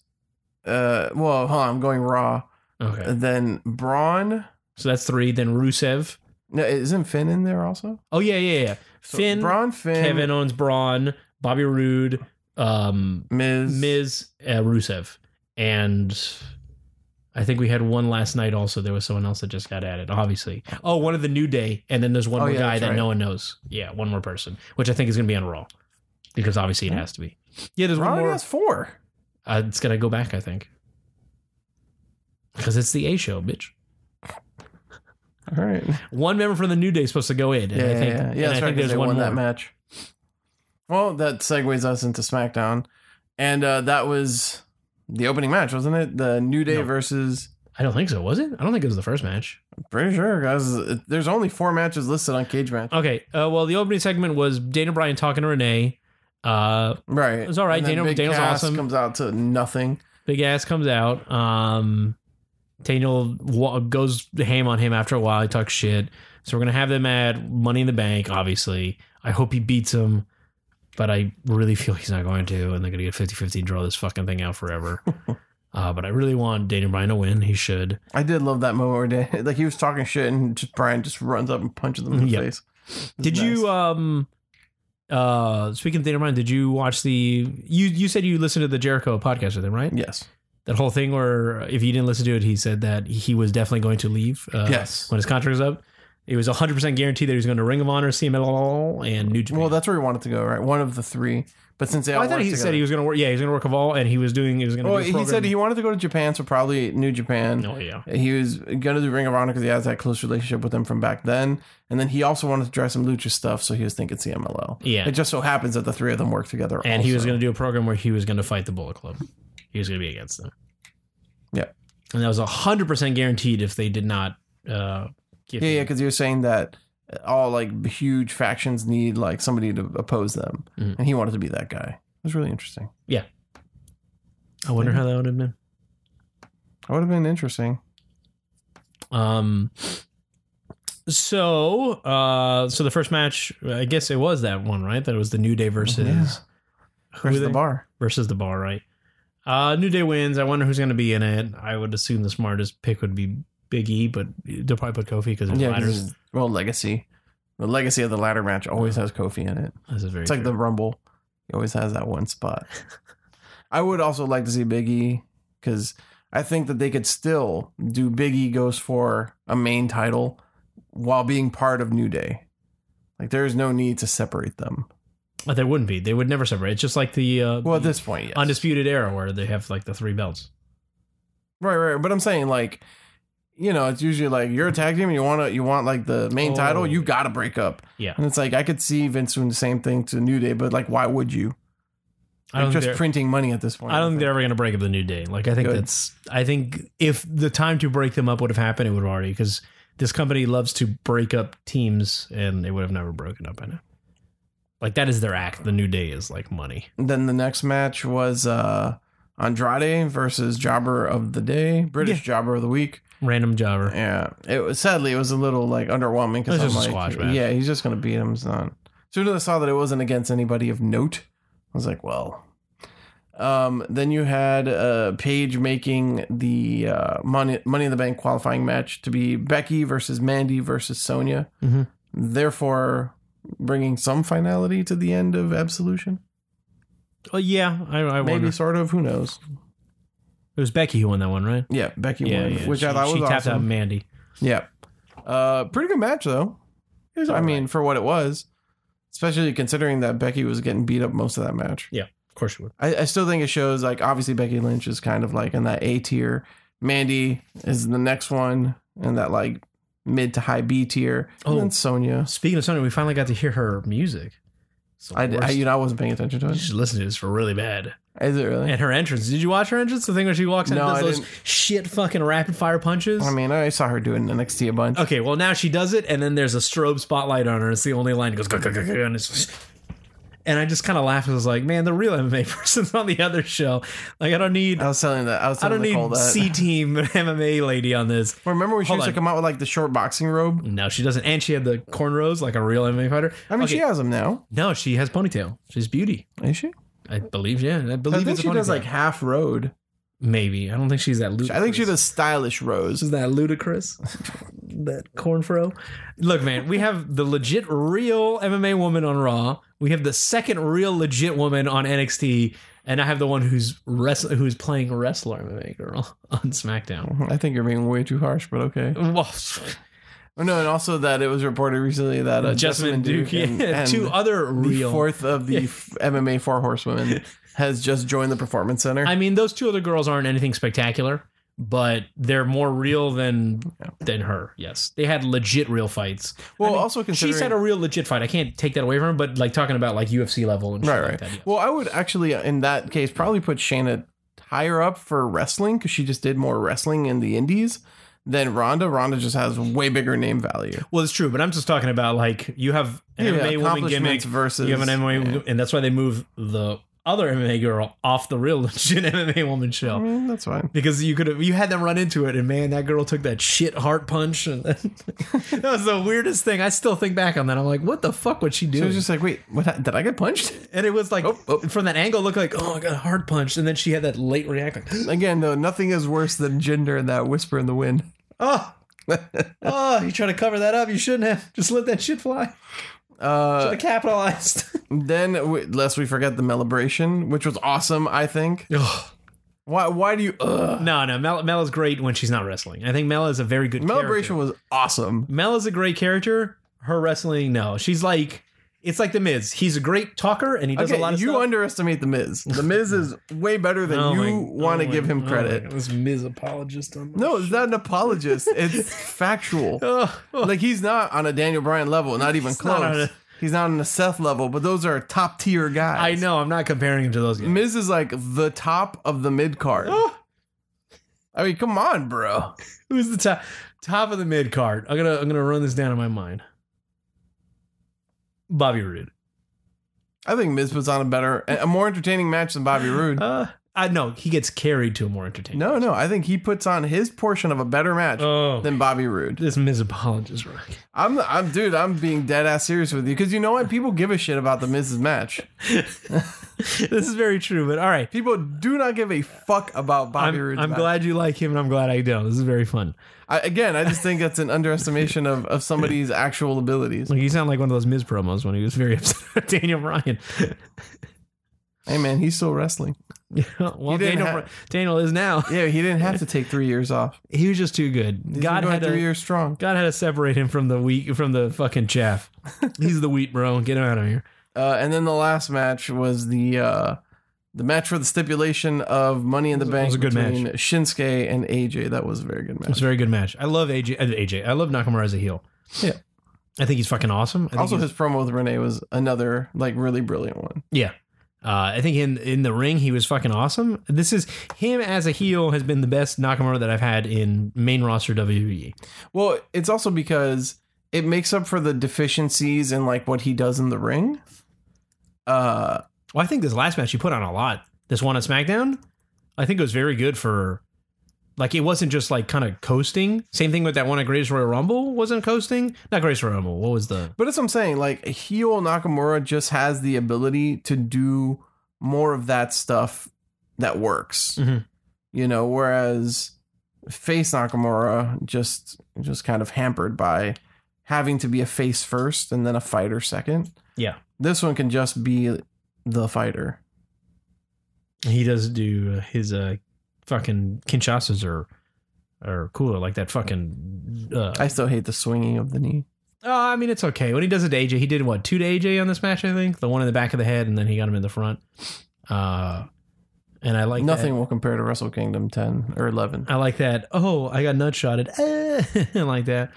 Speaker 1: Uh, well, hold on, I'm going Raw.
Speaker 3: Okay,
Speaker 1: And then Braun.
Speaker 3: so that's three. Then Rusev.
Speaker 1: No, isn't Finn in there also?
Speaker 3: Oh yeah, yeah, yeah.
Speaker 1: So
Speaker 3: Finn,
Speaker 1: Braun, Finn,
Speaker 3: Kevin Owens, Braun, Bobby Roode, um,
Speaker 1: Miz,
Speaker 3: Miz, uh, Rusev, and I think we had one last night. Also, there was someone else that just got added. Obviously, oh, one of the New Day, and then there's one
Speaker 1: Oh,
Speaker 3: more
Speaker 1: yeah,
Speaker 3: guy
Speaker 1: that's
Speaker 3: that
Speaker 1: right.
Speaker 3: no one knows. Yeah, one more person, which I think is going to be on Raw because obviously it has to be. Yeah, there's
Speaker 1: Hmm. Raw
Speaker 3: one
Speaker 1: already
Speaker 3: more.
Speaker 1: has four.
Speaker 3: Uh, it's going to go back, I think, because it's the A show, bitch.
Speaker 1: All right.
Speaker 3: One member from the New Day is supposed to go in, and I think,
Speaker 1: yeah,
Speaker 3: and
Speaker 1: yeah.
Speaker 3: I
Speaker 1: That's
Speaker 3: think
Speaker 1: right. 'cause
Speaker 3: there's
Speaker 1: They
Speaker 3: one
Speaker 1: won
Speaker 3: more.
Speaker 1: that match. Well, that segues us into SmackDown, and uh, that was the opening match, wasn't it? The New Day
Speaker 3: No.
Speaker 1: versus.
Speaker 3: I don't think so. Was it? I don't think it was the first match.
Speaker 1: Pretty sure, guys. it- There's only four matches listed on Cage Match.
Speaker 3: Okay. Uh, well, the opening segment was Dana Bryan talking to Renee. Uh,
Speaker 1: Right.
Speaker 3: It was all right.
Speaker 1: And then
Speaker 3: Daniel-
Speaker 1: Big
Speaker 3: Daniel's
Speaker 1: Cass
Speaker 3: awesome.
Speaker 1: Comes out to nothing.
Speaker 3: Big Ass comes out. Um, Daniel wa- goes ham on him after a while. He talks shit. So we're gonna have them at Money in the Bank. Obviously, I hope he beats him, but I really feel he's not going to, and they're gonna get 50-50 and draw this fucking thing out forever. uh, but I really want Daniel Bryan to win. He should.
Speaker 1: I did love that moment where Dan, like he was talking shit and just Brian just runs up and punches him in the
Speaker 3: Yep.
Speaker 1: face. It was
Speaker 3: Did you
Speaker 1: nice.
Speaker 3: um uh speaking of Dana Bryan, did you watch the you you said you listened to the Jericho podcast with him, right?
Speaker 1: yes.
Speaker 3: that whole thing where if you didn't listen to it, he said that he was definitely going to leave. Uh,
Speaker 1: Yes.
Speaker 3: When his contract was up, it was 100% guaranteed that he was going to Ring of Honor, CMLL, and New Japan.
Speaker 1: Well, that's where he wanted to go, right? One of the three. But since they
Speaker 3: Oh,
Speaker 1: all
Speaker 3: I thought
Speaker 1: worked
Speaker 3: he
Speaker 1: together,
Speaker 3: said he was going to work. Yeah, he was going to work Cavall, and he was doing. He was going to.
Speaker 1: Well,
Speaker 3: do a
Speaker 1: he
Speaker 3: program.
Speaker 1: said he wanted to go to Japan, so probably New Japan.
Speaker 3: Oh yeah.
Speaker 1: He was gonna do Ring of Honor because he has that close relationship with them from back then, and then he also wanted to try some lucha stuff, so he was thinking CMLL.
Speaker 3: Yeah.
Speaker 1: It just so happens that the three of them work together.
Speaker 3: And he was
Speaker 1: also.
Speaker 3: going to do a program where he was going to fight the Bullet Club. He was going to be against them.
Speaker 1: Yeah.
Speaker 3: And that was 100% guaranteed if they did not. Uh, give
Speaker 1: Yeah, yeah,
Speaker 3: him-
Speaker 1: because you're saying that all like huge factions need like somebody to oppose them,
Speaker 3: Mhm.
Speaker 1: and he wanted to be that guy. It was really interesting.
Speaker 3: I wonder how that would have been.
Speaker 1: That would have been interesting.
Speaker 3: Um, so, uh, so the first match, I guess it was that one, right? That it was the New
Speaker 1: Oh,
Speaker 3: Day versus who
Speaker 1: Where's
Speaker 3: were
Speaker 1: the
Speaker 3: they?
Speaker 1: bar?
Speaker 3: versus the bar, right? Uh, New Day wins. I wonder who's going to be in it. I would assume the smartest pick would be Big E, but they'll probably put Kofi because
Speaker 1: Yeah, 'cause
Speaker 3: ladders.
Speaker 1: it's- well, legacy. The legacy of the ladder match always has Kofi in it.
Speaker 3: This is very
Speaker 1: It's like the
Speaker 3: true.
Speaker 1: Rumble. He always has that one spot. I would also like to see Biggie because I think that they could still do Biggie goes for a main title while being part of New Day. Like there is no need to separate them.
Speaker 3: But they wouldn't be. They would never separate. It's just like the uh,
Speaker 1: Well, at
Speaker 3: the
Speaker 1: this point, yes.
Speaker 3: undisputed era where they have like the three belts.
Speaker 1: right, right. But I'm saying like, you know, it's usually like you're a tag team and you want to you want like the main
Speaker 3: Oh.
Speaker 1: title. You got to break up.
Speaker 3: Yeah.
Speaker 1: And it's like I could see Vince doing the same thing to New Day, but like, why would you?
Speaker 3: I
Speaker 1: You're
Speaker 3: don't think
Speaker 1: just
Speaker 3: they're-
Speaker 1: printing money at this point.
Speaker 3: I don't think they're ever going to break up the New Day. Like I think
Speaker 1: Good.
Speaker 3: that's I think if the time to break them up would have happened, it would have already because this company loves to break up teams, and they would have never broken up by now. Like that is their act. The New Day is like money.
Speaker 1: Then the next match was uh, Andrade versus Jobber of the Day, British Jobber of the Week.
Speaker 3: Random jobber.
Speaker 1: Yeah, it was sadly it was a little like underwhelming because
Speaker 3: It's
Speaker 1: I'm
Speaker 3: just a
Speaker 1: like,
Speaker 3: squash match.
Speaker 1: yeah, he's just gonna beat him. It's not. As soon as I saw that it wasn't against anybody of note, I was like, well. Um, then you had uh, Paige making the uh, money Money in the Bank qualifying match to be Becky versus Mandy versus Sonya,
Speaker 3: Mhm.
Speaker 1: therefore bringing some finality to the end of Absolution.
Speaker 3: Oh yeah, I, I
Speaker 1: Maybe
Speaker 3: wonder.
Speaker 1: sort of. Who knows?
Speaker 3: It was Becky who won that one, right?
Speaker 1: Yeah, Becky won, which
Speaker 3: she,
Speaker 1: I thought
Speaker 3: she
Speaker 1: was
Speaker 3: tapped out
Speaker 1: awesome.
Speaker 3: Mandy.
Speaker 1: Yeah, uh, pretty good match though. I mean, for what it was, especially considering that Becky was getting beat up most of that match.
Speaker 3: Of course she would.
Speaker 1: I, I still think it shows. Like, obviously, Becky Lynch is kind of like in that A tier. Mandy is the next one in that like mid to high B tier,
Speaker 3: Oh.
Speaker 1: and then Sonya.
Speaker 3: Speaking of Sonya, we finally got to hear her music. It's the
Speaker 1: I, d- I-
Speaker 3: worst.
Speaker 1: you know I wasn't paying attention to
Speaker 3: you
Speaker 1: it.
Speaker 3: should listen to this for really bad.
Speaker 1: Is it really?
Speaker 3: And her entrance. Did you watch her entrance? The thing where she walks in
Speaker 1: No,
Speaker 3: and
Speaker 1: I
Speaker 3: does those
Speaker 1: didn't.
Speaker 3: shit fucking rapid fire punches?
Speaker 1: I mean, I saw her doing NXT a bunch.
Speaker 3: Okay, well now she does it, and then there's a strobe spotlight on her. It's the only line that goes, "Go, go, go, go," and it's. And I just kind of laughed. I was like, "Man, the real MMA person's on the other show. Like, I don't need,
Speaker 1: I was telling that. I was
Speaker 3: I
Speaker 1: telling
Speaker 3: don't
Speaker 1: Nicole
Speaker 3: need
Speaker 1: that.
Speaker 3: C Team MMA lady on this."
Speaker 1: Remember when she
Speaker 3: Hold
Speaker 1: used to
Speaker 3: on.
Speaker 1: come out with like the short boxing robe?
Speaker 3: No, she doesn't. And she had the cornrows like a real MMA fighter.
Speaker 1: I mean,
Speaker 3: Okay,
Speaker 1: she has them now.
Speaker 3: no, she has ponytail. She's beauty.
Speaker 1: Is she?
Speaker 3: I believe. Yeah, I
Speaker 1: I
Speaker 3: believe
Speaker 1: think
Speaker 3: it's a
Speaker 1: she does
Speaker 3: ponytail.
Speaker 1: like half road.
Speaker 3: maybe. I don't think she's that. Ludicrous.
Speaker 1: I think she does stylish rows.
Speaker 3: Is that ludicrous? that corn fro? Look, man, we have the legit real MMA woman on Raw. We have the second real legit woman on NXT, and I have the one who's wrestler who's playing wrestler MMA girl on SmackDown.
Speaker 1: I think you're being way too harsh, but okay.
Speaker 3: Well,
Speaker 1: Oh, no, and also that it was reported recently that uh, Jessamine
Speaker 3: Jessamine
Speaker 1: Duke,
Speaker 3: Duke,
Speaker 1: and,
Speaker 3: yeah,
Speaker 1: and
Speaker 3: two other
Speaker 1: the
Speaker 3: real.
Speaker 1: fourth of the f- MMA four horsewomen has just joined the performance center.
Speaker 3: I mean, those two other girls aren't anything spectacular, but they're more real than than her. Yes, they had legit real fights.
Speaker 1: well,
Speaker 3: I mean,
Speaker 1: also
Speaker 3: She
Speaker 1: considering
Speaker 3: said a real legit fight. I can't take that away from her, but like talking about like UFC level and shit
Speaker 1: right,
Speaker 3: like
Speaker 1: right.
Speaker 3: that. yeah.
Speaker 1: Well, I would actually uh, in that case probably put Shayna higher up for wrestling because she just did more wrestling in the indies than Ronda. Ronda just has way bigger name value.
Speaker 3: Well, it's true, but I'm just talking about like you have an
Speaker 1: Yeah,
Speaker 3: MMA woman gimmick,
Speaker 1: accomplishments versus Mm,
Speaker 3: you have an MMA, and that's why they move the other MMA girl off the real legit MMA woman
Speaker 1: I
Speaker 3: show
Speaker 1: mean, that's fine.
Speaker 3: because you could have you had them run into it, and man, that girl took that shit heart punch, and that, was the weirdest thing. I still think back on that. I'm like, what the fuck would she
Speaker 1: She
Speaker 3: do?
Speaker 1: was just like, wait, what? ha- Did I get punched?
Speaker 3: and it was like
Speaker 1: Oh, oh.
Speaker 3: from that angle, it looked like oh, I got hard punched, and then she had that late reaction.
Speaker 1: Again, though, nothing is worse than gender and that whisper in the wind.
Speaker 3: oh. oh, you trying to cover that up? You shouldn't have. Just let that shit fly.
Speaker 1: Uh,
Speaker 3: Should've capitalized.
Speaker 1: then, w- lest we forget the Melibration, which was awesome, I think.
Speaker 3: Ugh.
Speaker 1: Why? Why do you? Ugh.
Speaker 3: No, no, Mel, Mel is great when she's not wrestling. I think Mel is a very good
Speaker 1: Mel
Speaker 3: character.
Speaker 1: Bration was awesome.
Speaker 3: Mel is a great character. Her wrestling, no. She's like, it's like The Miz. He's a great talker and he does
Speaker 1: Okay,
Speaker 3: a lot of
Speaker 1: you
Speaker 3: stuff.
Speaker 1: underestimate the Miz. The Miz is way better than
Speaker 3: Oh my-
Speaker 1: you want to
Speaker 3: oh my-
Speaker 1: give him
Speaker 3: oh my
Speaker 1: credit.
Speaker 3: God, this Miz apologist. On my
Speaker 1: no, it's not an apologist. It's factual.
Speaker 3: Ugh, ugh.
Speaker 1: Like he's not on a Daniel Bryan level, not even
Speaker 3: He's
Speaker 1: close.
Speaker 3: not on a-
Speaker 1: he's not on a Seth level, but those are top tier
Speaker 3: I
Speaker 1: guys.
Speaker 3: know. I'm not comparing him to those guys.
Speaker 1: Miz is like the top of the mid card.
Speaker 3: Oh,
Speaker 1: I mean, come on, bro.
Speaker 3: who's the top top of the mid card? I'm gonna I'm gonna run this down in my mind. Bobby Roode.
Speaker 1: I think Miz puts on a better, a more entertaining match than Bobby Roode.
Speaker 3: Uh, I no, he gets carried to a more entertaining.
Speaker 1: No, no, I think he puts on his portion of a better match
Speaker 3: Oh,
Speaker 1: than Bobby Roode.
Speaker 3: this Miz apologist, right?
Speaker 1: I'm, I'm, dude, I'm being dead ass serious with you because you know what? People give a shit about the Miz's match.
Speaker 3: this is very true. But all right,
Speaker 1: People do not give a fuck about Bobby
Speaker 3: I'm,
Speaker 1: Roode's
Speaker 3: I'm
Speaker 1: match.
Speaker 3: glad you like him, and I'm glad I don't. This is very fun.
Speaker 1: I, again, I just think that's an underestimation of, of somebody's actual abilities.
Speaker 3: Like you sound like one of those Miz promos when he was very upset with Daniel Bryan.
Speaker 1: Hey, man, he's still wrestling.
Speaker 3: well,
Speaker 1: He didn't
Speaker 3: Daniel,
Speaker 1: have-
Speaker 3: Br- Daniel is now.
Speaker 1: Yeah, he didn't have to take three years off.
Speaker 3: He was just too good.
Speaker 1: He's
Speaker 3: God
Speaker 1: been going
Speaker 3: had
Speaker 1: three
Speaker 3: to
Speaker 1: years strong.
Speaker 3: God had to separate him from the wheat from the fucking chaff. He's the wheat, bro. Get him out of here.
Speaker 1: Uh, and then the last match was the uh, the match for the stipulation of Money in the
Speaker 3: It was- it
Speaker 1: Bank
Speaker 3: was a good
Speaker 1: between
Speaker 3: match.
Speaker 1: Shinsuke and AJ. That was a very good
Speaker 3: It's
Speaker 1: match.
Speaker 3: a very good match. I love AJ. uh, AJ. I love Nakamura as a heel.
Speaker 1: Yeah.
Speaker 3: I think he's fucking awesome. I think
Speaker 1: Also,
Speaker 3: he's-
Speaker 1: his promo with Renee was another like really brilliant one.
Speaker 3: yeah. Uh, I think in in the ring he was fucking awesome. This is him as a heel has been the best Nakamura that I've had in main roster E. WWE.
Speaker 1: Well, it's also because it makes up for the deficiencies in like what he does in the ring. Uh,
Speaker 3: Well, I think this last match he put on a lot. This one on SmackDown, I think it was very good for. Like it wasn't just like kind of coasting. Same thing with that one at Greatest Royal Rumble wasn't coasting. Not Greatest Royal Rumble. What was the?
Speaker 1: but that's what I'm saying. Like heel Nakamura just has the ability to do more of that stuff that works.
Speaker 3: Mhm.
Speaker 1: You know, whereas face Nakamura just just kind of hampered by having to be a face first and then a fighter second.
Speaker 3: Yeah.
Speaker 1: This one can just be the fighter.
Speaker 3: He does do uh, his uh, fucking Kinshasa's or or cooler like that fucking. Uh,
Speaker 1: I still hate the swinging of the knee.
Speaker 3: oh, I mean it's okay when he does it to AJ. He did what two to AJ on this match? I think the one in the back of the head, and then he got him in the front. Uh, and I like that- Uh,
Speaker 1: Nothing will compare to Wrestle Kingdom 10 or 11.
Speaker 3: I like that. Oh, I got nutshotted. Eh, like that.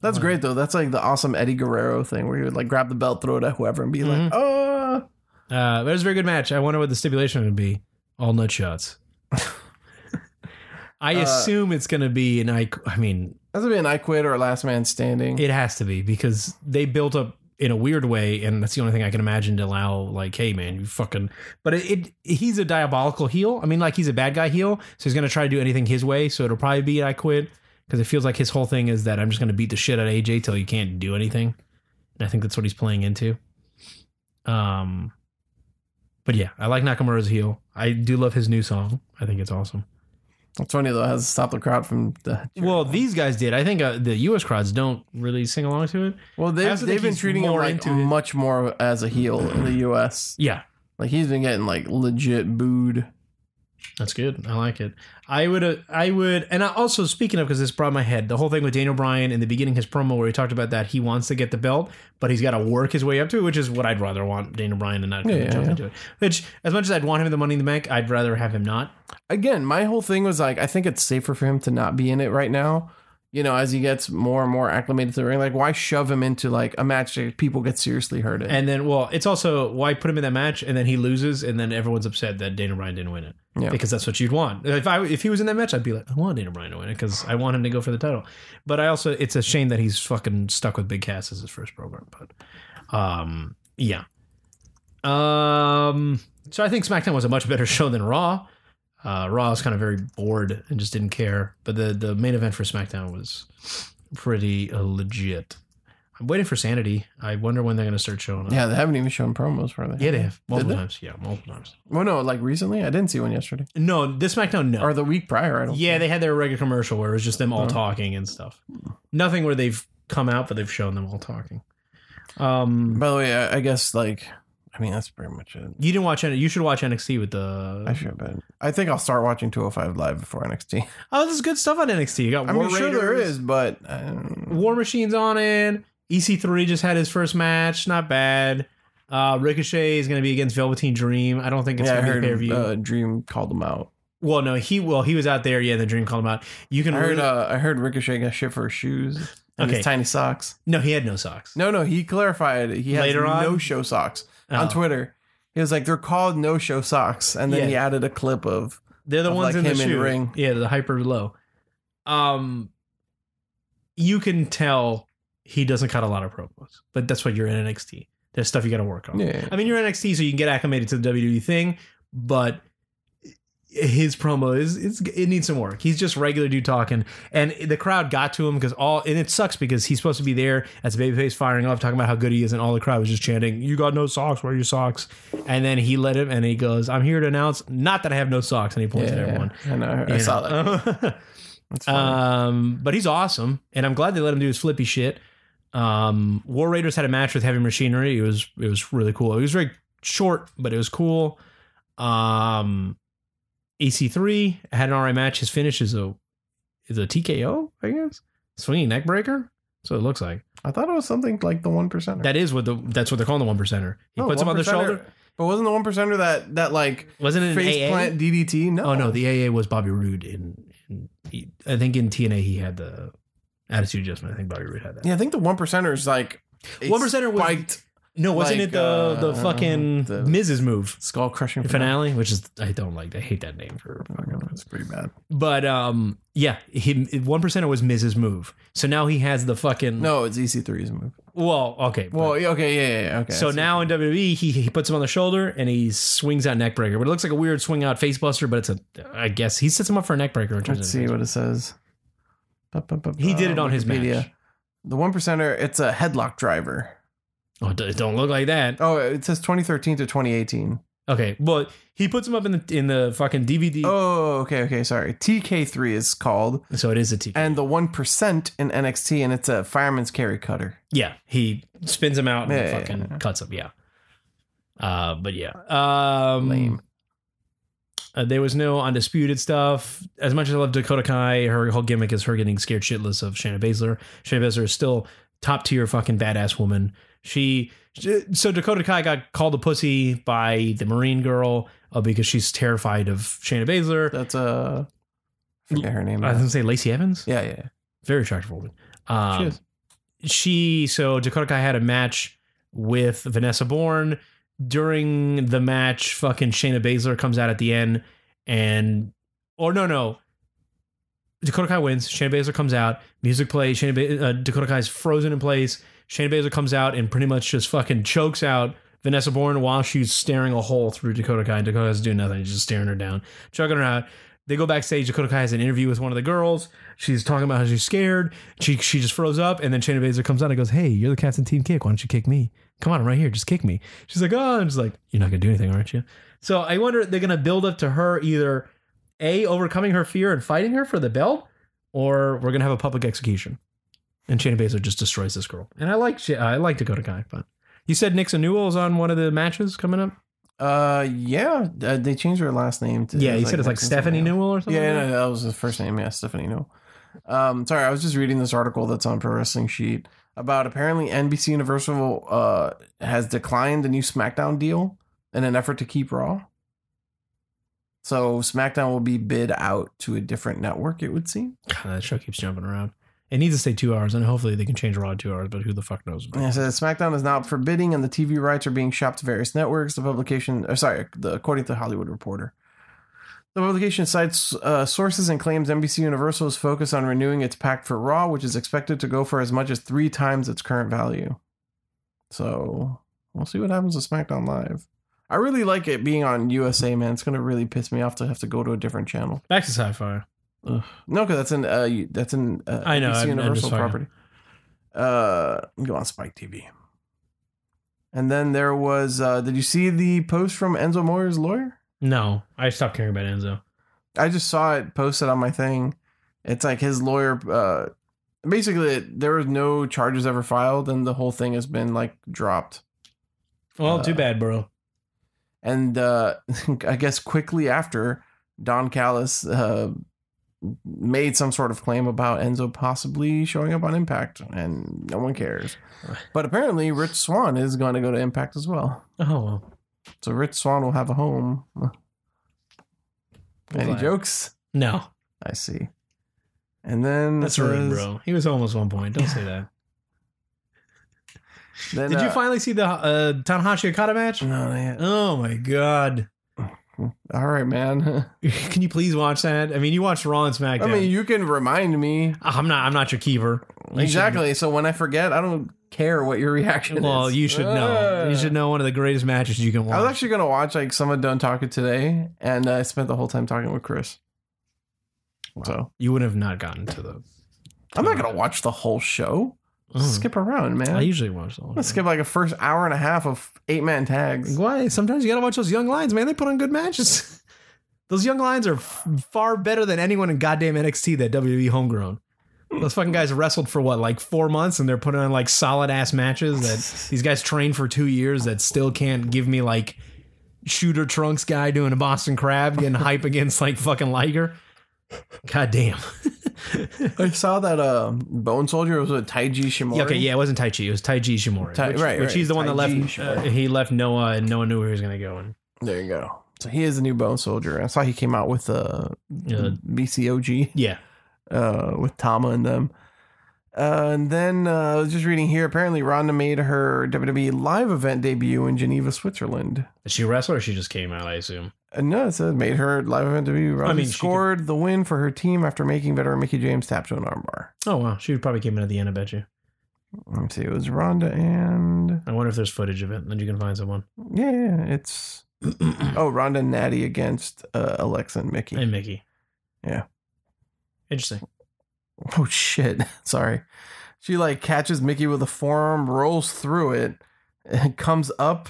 Speaker 1: That's
Speaker 3: Uh,
Speaker 1: great though. That's like the awesome Eddie Guerrero thing where he would like grab the belt, throw it at whoever, and be
Speaker 3: Mhm.
Speaker 1: like, "Oh,
Speaker 3: Uh, but it was a very good match. I wonder what the stipulation would be. All nut shots. I
Speaker 1: Uh,
Speaker 3: assume it's going to be an I. I mean,
Speaker 1: that's gonna be an I quit or a last man standing."
Speaker 3: it has to be because they built up in a weird way, and that's the only thing I can imagine to allow. Like, hey, man, you fucking. But it, it he's a diabolical heel. I mean, like he's a bad guy heel, so he's going to try to do anything his way. So it'll probably be I quit because it feels like his whole thing is that I'm just going to beat the shit out of AJ till you can't do anything. And I think that's what he's playing into. Um, but yeah, I like Nakamura's heel. I do love his new song. I think it's awesome.
Speaker 1: It's funny though, it has to stop the crowd from. The,
Speaker 3: Well, these guys did. I think uh, the U.S. crowds don't really sing along to it.
Speaker 1: well, they've,
Speaker 3: also think
Speaker 1: they've been
Speaker 3: he's
Speaker 1: treating him
Speaker 3: more
Speaker 1: like
Speaker 3: into it.
Speaker 1: much more as a heel in the U.S.
Speaker 3: Yeah,
Speaker 1: Like he's been getting like legit booed.
Speaker 3: That's good. I like it. I would. Uh, I would. And I also speaking of because this brought my head the whole thing with Daniel Bryan in the beginning his promo where he talked about that he wants to get the belt, but he's got to work his way up to it, which is what I'd rather want Daniel Bryan and not
Speaker 1: Yeah, yeah,
Speaker 3: jump
Speaker 1: yeah.
Speaker 3: into it. Which, as much as I'd want him in the Money in the Bank, I'd rather have him not.
Speaker 1: Again, my whole thing was like, I think it's safer for him to not be in it right now. You know, as he gets more and more acclimated to the ring, like why shove him into like a match that people get seriously hurt in?
Speaker 3: And then, well, it's also why put him in that match and then he loses and then everyone's upset that Daniel Bryan didn't win it
Speaker 1: Yeah.
Speaker 3: because that's what you'd want. If I if he was in that match, I'd be like, I want Daniel Bryan to win it because I want him to go for the title. But I also, it's a shame that he's fucking stuck with Big Cass as his first program. But um, yeah. Um, so I think SmackDown was a much better show than Raw. Uh, Raw was kind of very bored and just didn't care. But the the main event for SmackDown was pretty uh, legit. I'm waiting for Sanity. I wonder when they're going to start showing up.
Speaker 1: yeah, they haven't even shown promos for that.
Speaker 3: Yeah, they have multiple
Speaker 1: they?
Speaker 3: times. Yeah, multiple times.
Speaker 1: Well, no, like recently, I didn't see one yesterday
Speaker 3: No, this SmackDown, no.
Speaker 1: or the week prior. I don't.
Speaker 3: Oh. yeah, they had their regular commercial where it was just them all
Speaker 1: Oh.
Speaker 3: talking and stuff. Nothing where they've come out, but they've shown them all talking. Um,
Speaker 1: By the way, I, I guess like I mean, that's pretty much it.
Speaker 3: You didn't watch it. You should watch NXT with the.
Speaker 1: I should, but I think I'll start watching 205 Live before NXT.
Speaker 3: Oh, there's good stuff on NXT. You got
Speaker 1: I'm
Speaker 3: War
Speaker 1: sure there
Speaker 3: Raiders,
Speaker 1: is, but um,
Speaker 3: War Machine's on it. EC3 just had his first match. Not bad. Uh, Ricochet is going to be against Velveteen Dream. I don't think it's
Speaker 1: yeah, I
Speaker 3: going to be pay per
Speaker 1: heard
Speaker 3: view.
Speaker 1: uh, Dream called them out.
Speaker 3: well, no, he well he was out there. Yeah, the Dream called him out. You
Speaker 1: I
Speaker 3: can
Speaker 1: heard
Speaker 3: really-
Speaker 1: uh, I heard Ricochet got shit for his shoes and
Speaker 3: Okay.
Speaker 1: his tiny socks.
Speaker 3: no, he had no socks.
Speaker 1: No, no, he clarified it. he has
Speaker 3: Later on?
Speaker 1: no show socks
Speaker 3: Oh.
Speaker 1: on Twitter. He was like, they're called no show socks, and then
Speaker 3: Yeah.
Speaker 1: he added a clip of
Speaker 3: They're the
Speaker 1: of,
Speaker 3: ones
Speaker 1: like,
Speaker 3: in the
Speaker 1: him in
Speaker 3: shoe.
Speaker 1: ring.
Speaker 3: Yeah, the hyper low. Um, you can tell he doesn't cut a lot of promos, but that's what you're in NXT. There's stuff you got to work on.
Speaker 1: yeah.
Speaker 3: I mean, you're NXT, so you can get acclimated to the WWE thing, but his promo is it's it needs some work. He's just regular dude talking, and the crowd got to him because all and it sucks because he's supposed to be there as a babyface firing off, talking about how good he is, and all the crowd was just chanting, "You got no socks, wear your socks," and then he let him, and he goes, "I'm here to announce, not that I have no socks," and he points
Speaker 1: Yeah,
Speaker 3: at everyone. Uh-huh.
Speaker 1: I know. I
Speaker 3: You
Speaker 1: saw that.
Speaker 3: know?
Speaker 1: That's funny.
Speaker 3: um, but he's awesome, and I'm glad they let him do his flippy shit. Um, War Raiders had a match with Heavy Machinery. It was it was really cool. It was very short, but it was cool. Um, EC3 had an RI match. His finish is a is a TKO, I guess, swinging neck breaker. So it looks like
Speaker 1: I thought it was something like the one percenter.
Speaker 3: that is what the that's what they're calling the one percenter. He
Speaker 1: No,
Speaker 3: puts him on the
Speaker 1: 1%er
Speaker 3: shoulder.
Speaker 1: But wasn't the one percenter that that like
Speaker 3: Wasn't it an
Speaker 1: face
Speaker 3: AA?
Speaker 1: plant DDT? No.
Speaker 3: Oh no, the AA was Bobby Roode in. in he, I think in TNA he had the attitude adjustment. I think Bobby Roode had that.
Speaker 1: yeah, I think the one percenter is like a
Speaker 3: One percenter was-
Speaker 1: spiked
Speaker 3: No, wasn't
Speaker 1: Like,
Speaker 3: it the the
Speaker 1: uh,
Speaker 3: fucking
Speaker 1: the-
Speaker 3: Miz's move
Speaker 1: skull crushing
Speaker 3: finale, which is I don't like. I hate that name for.
Speaker 1: That's pretty bad.
Speaker 3: But um, yeah, he one percenter was Miz's move. So now he has the fucking
Speaker 1: No, it's EC3's move.
Speaker 3: Well, okay. but-
Speaker 1: Well, yeah, okay, yeah, yeah, yeah, okay.
Speaker 3: so
Speaker 1: I see.
Speaker 3: now in WWE, he, he puts him on the shoulder and he swings out neckbreaker, but it looks like a weird swing out facebuster. But it's a, I guess he sets him up for a neckbreaker. In terms
Speaker 1: let's
Speaker 3: of
Speaker 1: see what it says. Ba, ba, ba,
Speaker 3: He
Speaker 1: ba,
Speaker 3: did it on his match.
Speaker 1: The one percenter, it's a headlock driver.
Speaker 3: Oh, it do- it don't look like that.
Speaker 1: Oh, it says 2013 to 2018.
Speaker 3: Okay, but he puts him up in the in the fucking DVD.
Speaker 1: Oh, okay, okay, sorry. TK3 is called,
Speaker 3: So it is a T.
Speaker 1: and the one percent in NXT, and it's a fireman's carry cutter.
Speaker 3: Yeah, he spins him out and
Speaker 1: Yeah, yeah,
Speaker 3: fucking
Speaker 1: yeah.
Speaker 3: cuts him. Yeah. Uh, but yeah, um,
Speaker 1: Lame.
Speaker 3: uh, there was no undisputed stuff. As much as I love Dakota Kai, her whole gimmick is her getting scared shitless of Shanna Baszler. Shanna Baszler is still top tier fucking badass woman. She, she- so Dakota Kai got called a pussy by the Marine girl uh, because she's terrified of Shanna Baszler.
Speaker 1: That's a. I forget her name.
Speaker 3: I was gonna say Lacey Evans,
Speaker 1: yeah, yeah.
Speaker 3: very attractive woman. Um,
Speaker 1: She is.
Speaker 3: she so Dakota Kai had a match with Vanessa Bourne. During the match, fucking Shayna Baszler comes out at the end and or no no. Dakota Kai wins. Shayna Baszler comes out. Music plays. Shayna ba- uh, Dakota Kai's frozen in place. Shayna Baszler comes out and pretty much just fucking chokes out Vanessa Bourne while she's staring a hole through Dakota Kai. And Dakota Kai's doing nothing. She's just staring her down, choking her out. They go backstage. Dakota Kai has an interview with one of the girls. She's talking about how she's scared. She she just froze up, and then Shayna Baszler comes out and goes, "Hey, you're the captain of team kick. Why don't you kick me? Come on, I'm right here. Just kick me." She's like, "Oh," and she's like, "You're not gonna do anything, aren't you?" So I wonder they're gonna build up to her either a overcoming her fear and fighting her for the belt, or we're gonna have a public execution, and Shayna Baszler just destroys this girl. And I like Shay- I like Dakota Kai, but you said Nixon Newell is on one of the matches coming up.
Speaker 1: Uh, yeah. Uh, they changed her last name to.
Speaker 3: yeah, you said it's like
Speaker 1: Nixon
Speaker 3: Stephanie
Speaker 1: something else.
Speaker 3: Newell or something.
Speaker 1: Yeah,
Speaker 3: like
Speaker 1: no, that was his first name. Yeah, Stephanie Newell. Um, sorry, I was just reading this article that's on Pro Wrestling Sheet about apparently NBC Universal uh has declined the new SmackDown deal in an effort to keep Raw. So SmackDown will be bid out to a different network. It would seem.
Speaker 3: God, that show keeps jumping around. It needs to stay two hours, and hopefully they can change Raw to two hours. But who the fuck knows?
Speaker 1: And it says SmackDown is now forbidding, and the TV rights are being shopped to various networks. The publication, or sorry, the, according to Hollywood Reporter, the publication cites uh, sources and claims NBC Universal's focus on renewing its pact for Raw, which is expected to go for as much as three times its current value. So we'll see what happens with SmackDown Live. I really like it being on USA, man. It's gonna really piss me off to have to go to a different channel.
Speaker 3: Back to sci-fi.
Speaker 1: No, because that's an uh, you- that's an uh,
Speaker 3: I know,
Speaker 1: NBC
Speaker 3: I'm- I'm
Speaker 1: Universal
Speaker 3: just talking.
Speaker 1: property. Uh, go on Spike TV. And then there was. Uh, did you see the post from Enzo Moyer's lawyer?
Speaker 3: No, I stopped caring about Enzo.
Speaker 1: I just saw it posted on my thing. It's like his lawyer. Uh, basically, there was no charges ever filed, and the whole thing has been like dropped.
Speaker 3: Well,
Speaker 1: Uh,
Speaker 3: too bad, bro.
Speaker 1: And uh, I guess quickly after, Don Callis uh, made some sort of claim about Enzo possibly showing up on Impact, and no one cares. But apparently, Rich Swan is going to go to Impact as well.
Speaker 3: Oh well.
Speaker 1: So Rich Swan will have a home. Any
Speaker 3: Glad.
Speaker 1: jokes?
Speaker 3: No,
Speaker 1: I see. And then
Speaker 3: that's
Speaker 1: it
Speaker 3: rude,
Speaker 1: says-
Speaker 3: bro. He was homeless one point. Don't say that.
Speaker 1: then,
Speaker 3: Did you
Speaker 1: uh, Mm.
Speaker 3: finally see the uh, Tanahashi Okada match?
Speaker 1: No, not yet.
Speaker 3: Oh my god!
Speaker 1: All right, man.
Speaker 3: Can you please watch that? I mean, you watched Raw and SmackDown. Ah,
Speaker 1: I mean, you can remind me
Speaker 3: I'm not. I'm not your keeper. You should-
Speaker 1: exactly. So when I forget, I don't care what your reaction
Speaker 3: Well,
Speaker 1: is.
Speaker 3: you should know.
Speaker 1: Ah.
Speaker 3: You should know one of the greatest matches you can watch.
Speaker 1: I was actually gonna watch like some of Don Taco today, and I spent the whole time talking with Chris. So
Speaker 3: you would have not gotten to the.
Speaker 1: I'm not gonna watch the whole show.
Speaker 3: Oh.
Speaker 1: Skip around, man.
Speaker 3: I usually watch the whole
Speaker 1: Let's
Speaker 3: thing.
Speaker 1: skip like a first hour and a half of eight man tags.
Speaker 3: Why? Sometimes you gotta watch those young lions, man. They put on good matches. those young lions are f- far better than anyone in goddamn NXT that WWE homegrown. Those fucking guys wrestled for what, like four months, and they're putting on like solid ass matches that these guys trained for two years that still can't give me like shooter trunks guy doing a Boston crab getting hype against like fucking Liger. Goddamn.
Speaker 1: I saw that uh, Bone Soldier was with Taiji Shimura.
Speaker 3: Yeah, okay, yeah, it wasn't Tai Chi. It was Tai Chi Shimura.
Speaker 1: Tai-
Speaker 3: which,
Speaker 1: right,
Speaker 3: which
Speaker 1: right,
Speaker 3: he's the one that
Speaker 1: Tai Chi
Speaker 3: left. Uh,
Speaker 1: Shimura.
Speaker 3: he left Noah, and Noah knew where he was going to go. And
Speaker 1: There you go. So he is the new Bone Soldier. I saw he came out with uh,
Speaker 3: Yeah.
Speaker 1: BCOG
Speaker 3: yeah,
Speaker 1: uh, with Tama and them. Uh, and then uh, I was just reading here. Apparently, Ronda made her WWE live event debut in Geneva, Switzerland.
Speaker 3: Did she wrestle or she just came out? I assume.
Speaker 1: Uh, No, it said made her live event debut. Ronda
Speaker 3: mean, she
Speaker 1: scored the win for her team after making veteran Mickey James tap to an armbar.
Speaker 3: Oh wow, she probably came in at the end. I bet you.
Speaker 1: Let me see. It was Ronda and
Speaker 3: I wonder if there's footage of it. Then you can find someone.
Speaker 1: yeah, it's oh Ronda and Natty against uh, Alexa and Mickey.
Speaker 3: And Mickey.
Speaker 1: Yeah.
Speaker 3: Interesting.
Speaker 1: Oh shit! Sorry. She like catches Mickey with a forearm, rolls through it, and comes up.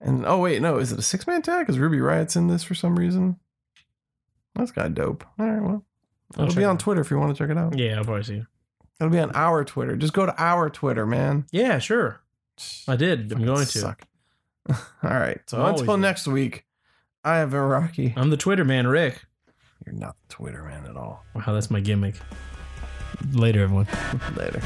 Speaker 1: And oh wait, no, is it a six man tag? Because Ruby Riot's in this for some reason. That's got dope. All right, well,
Speaker 3: I'll
Speaker 1: it'll
Speaker 3: check
Speaker 1: be
Speaker 3: it
Speaker 1: on
Speaker 3: out.
Speaker 1: Twitter if you want to check it out.
Speaker 3: Yeah, I'll probably see. Her.
Speaker 1: It'll be on our Twitter. Just go to our Twitter, man.
Speaker 3: Yeah, sure. I did. I'm going to.
Speaker 1: Suck. All right. So
Speaker 3: Always
Speaker 1: until
Speaker 3: is.
Speaker 1: next week, I have been Rocky.
Speaker 3: I'm the Twitter man, Rick.
Speaker 1: You're not the Twitter man at all.
Speaker 3: Wow, that's my gimmick. Later, everyone.
Speaker 1: Later.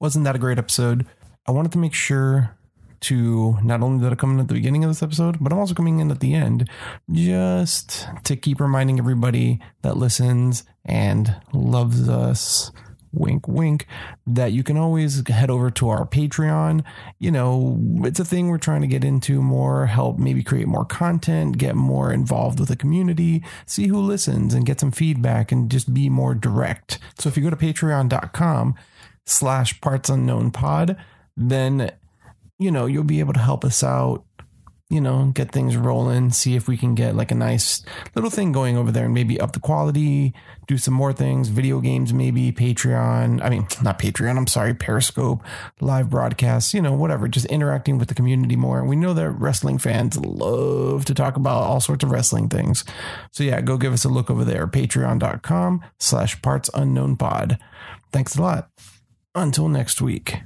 Speaker 4: wasn't that a great episode? I wanted to make sure to not only did I come in at the beginning of this episode, but I'm also coming in at the end just to keep reminding everybody that listens and loves us. Wink, wink, that you can always head over to our Patreon. You know, it's a thing we're trying to get into more, help maybe create more content, get more involved with the community, see who listens and get some feedback and just be more direct. So if you go to patreon.com, slash parts unknown pod, then you know you'll be able to help us out. You know, get things rolling, see if we can get like a nice little thing going over there and maybe up the quality, do some more things, video games, maybe Patreon. I mean, not Patreon, I'm sorry, Periscope, live broadcasts, you know, whatever, just interacting with the community more. We know that wrestling fans love to talk about all sorts of wrestling things. So yeah, go give us a look over there, patreon.com slash parts unknown pod. Thanks a lot. Until next week.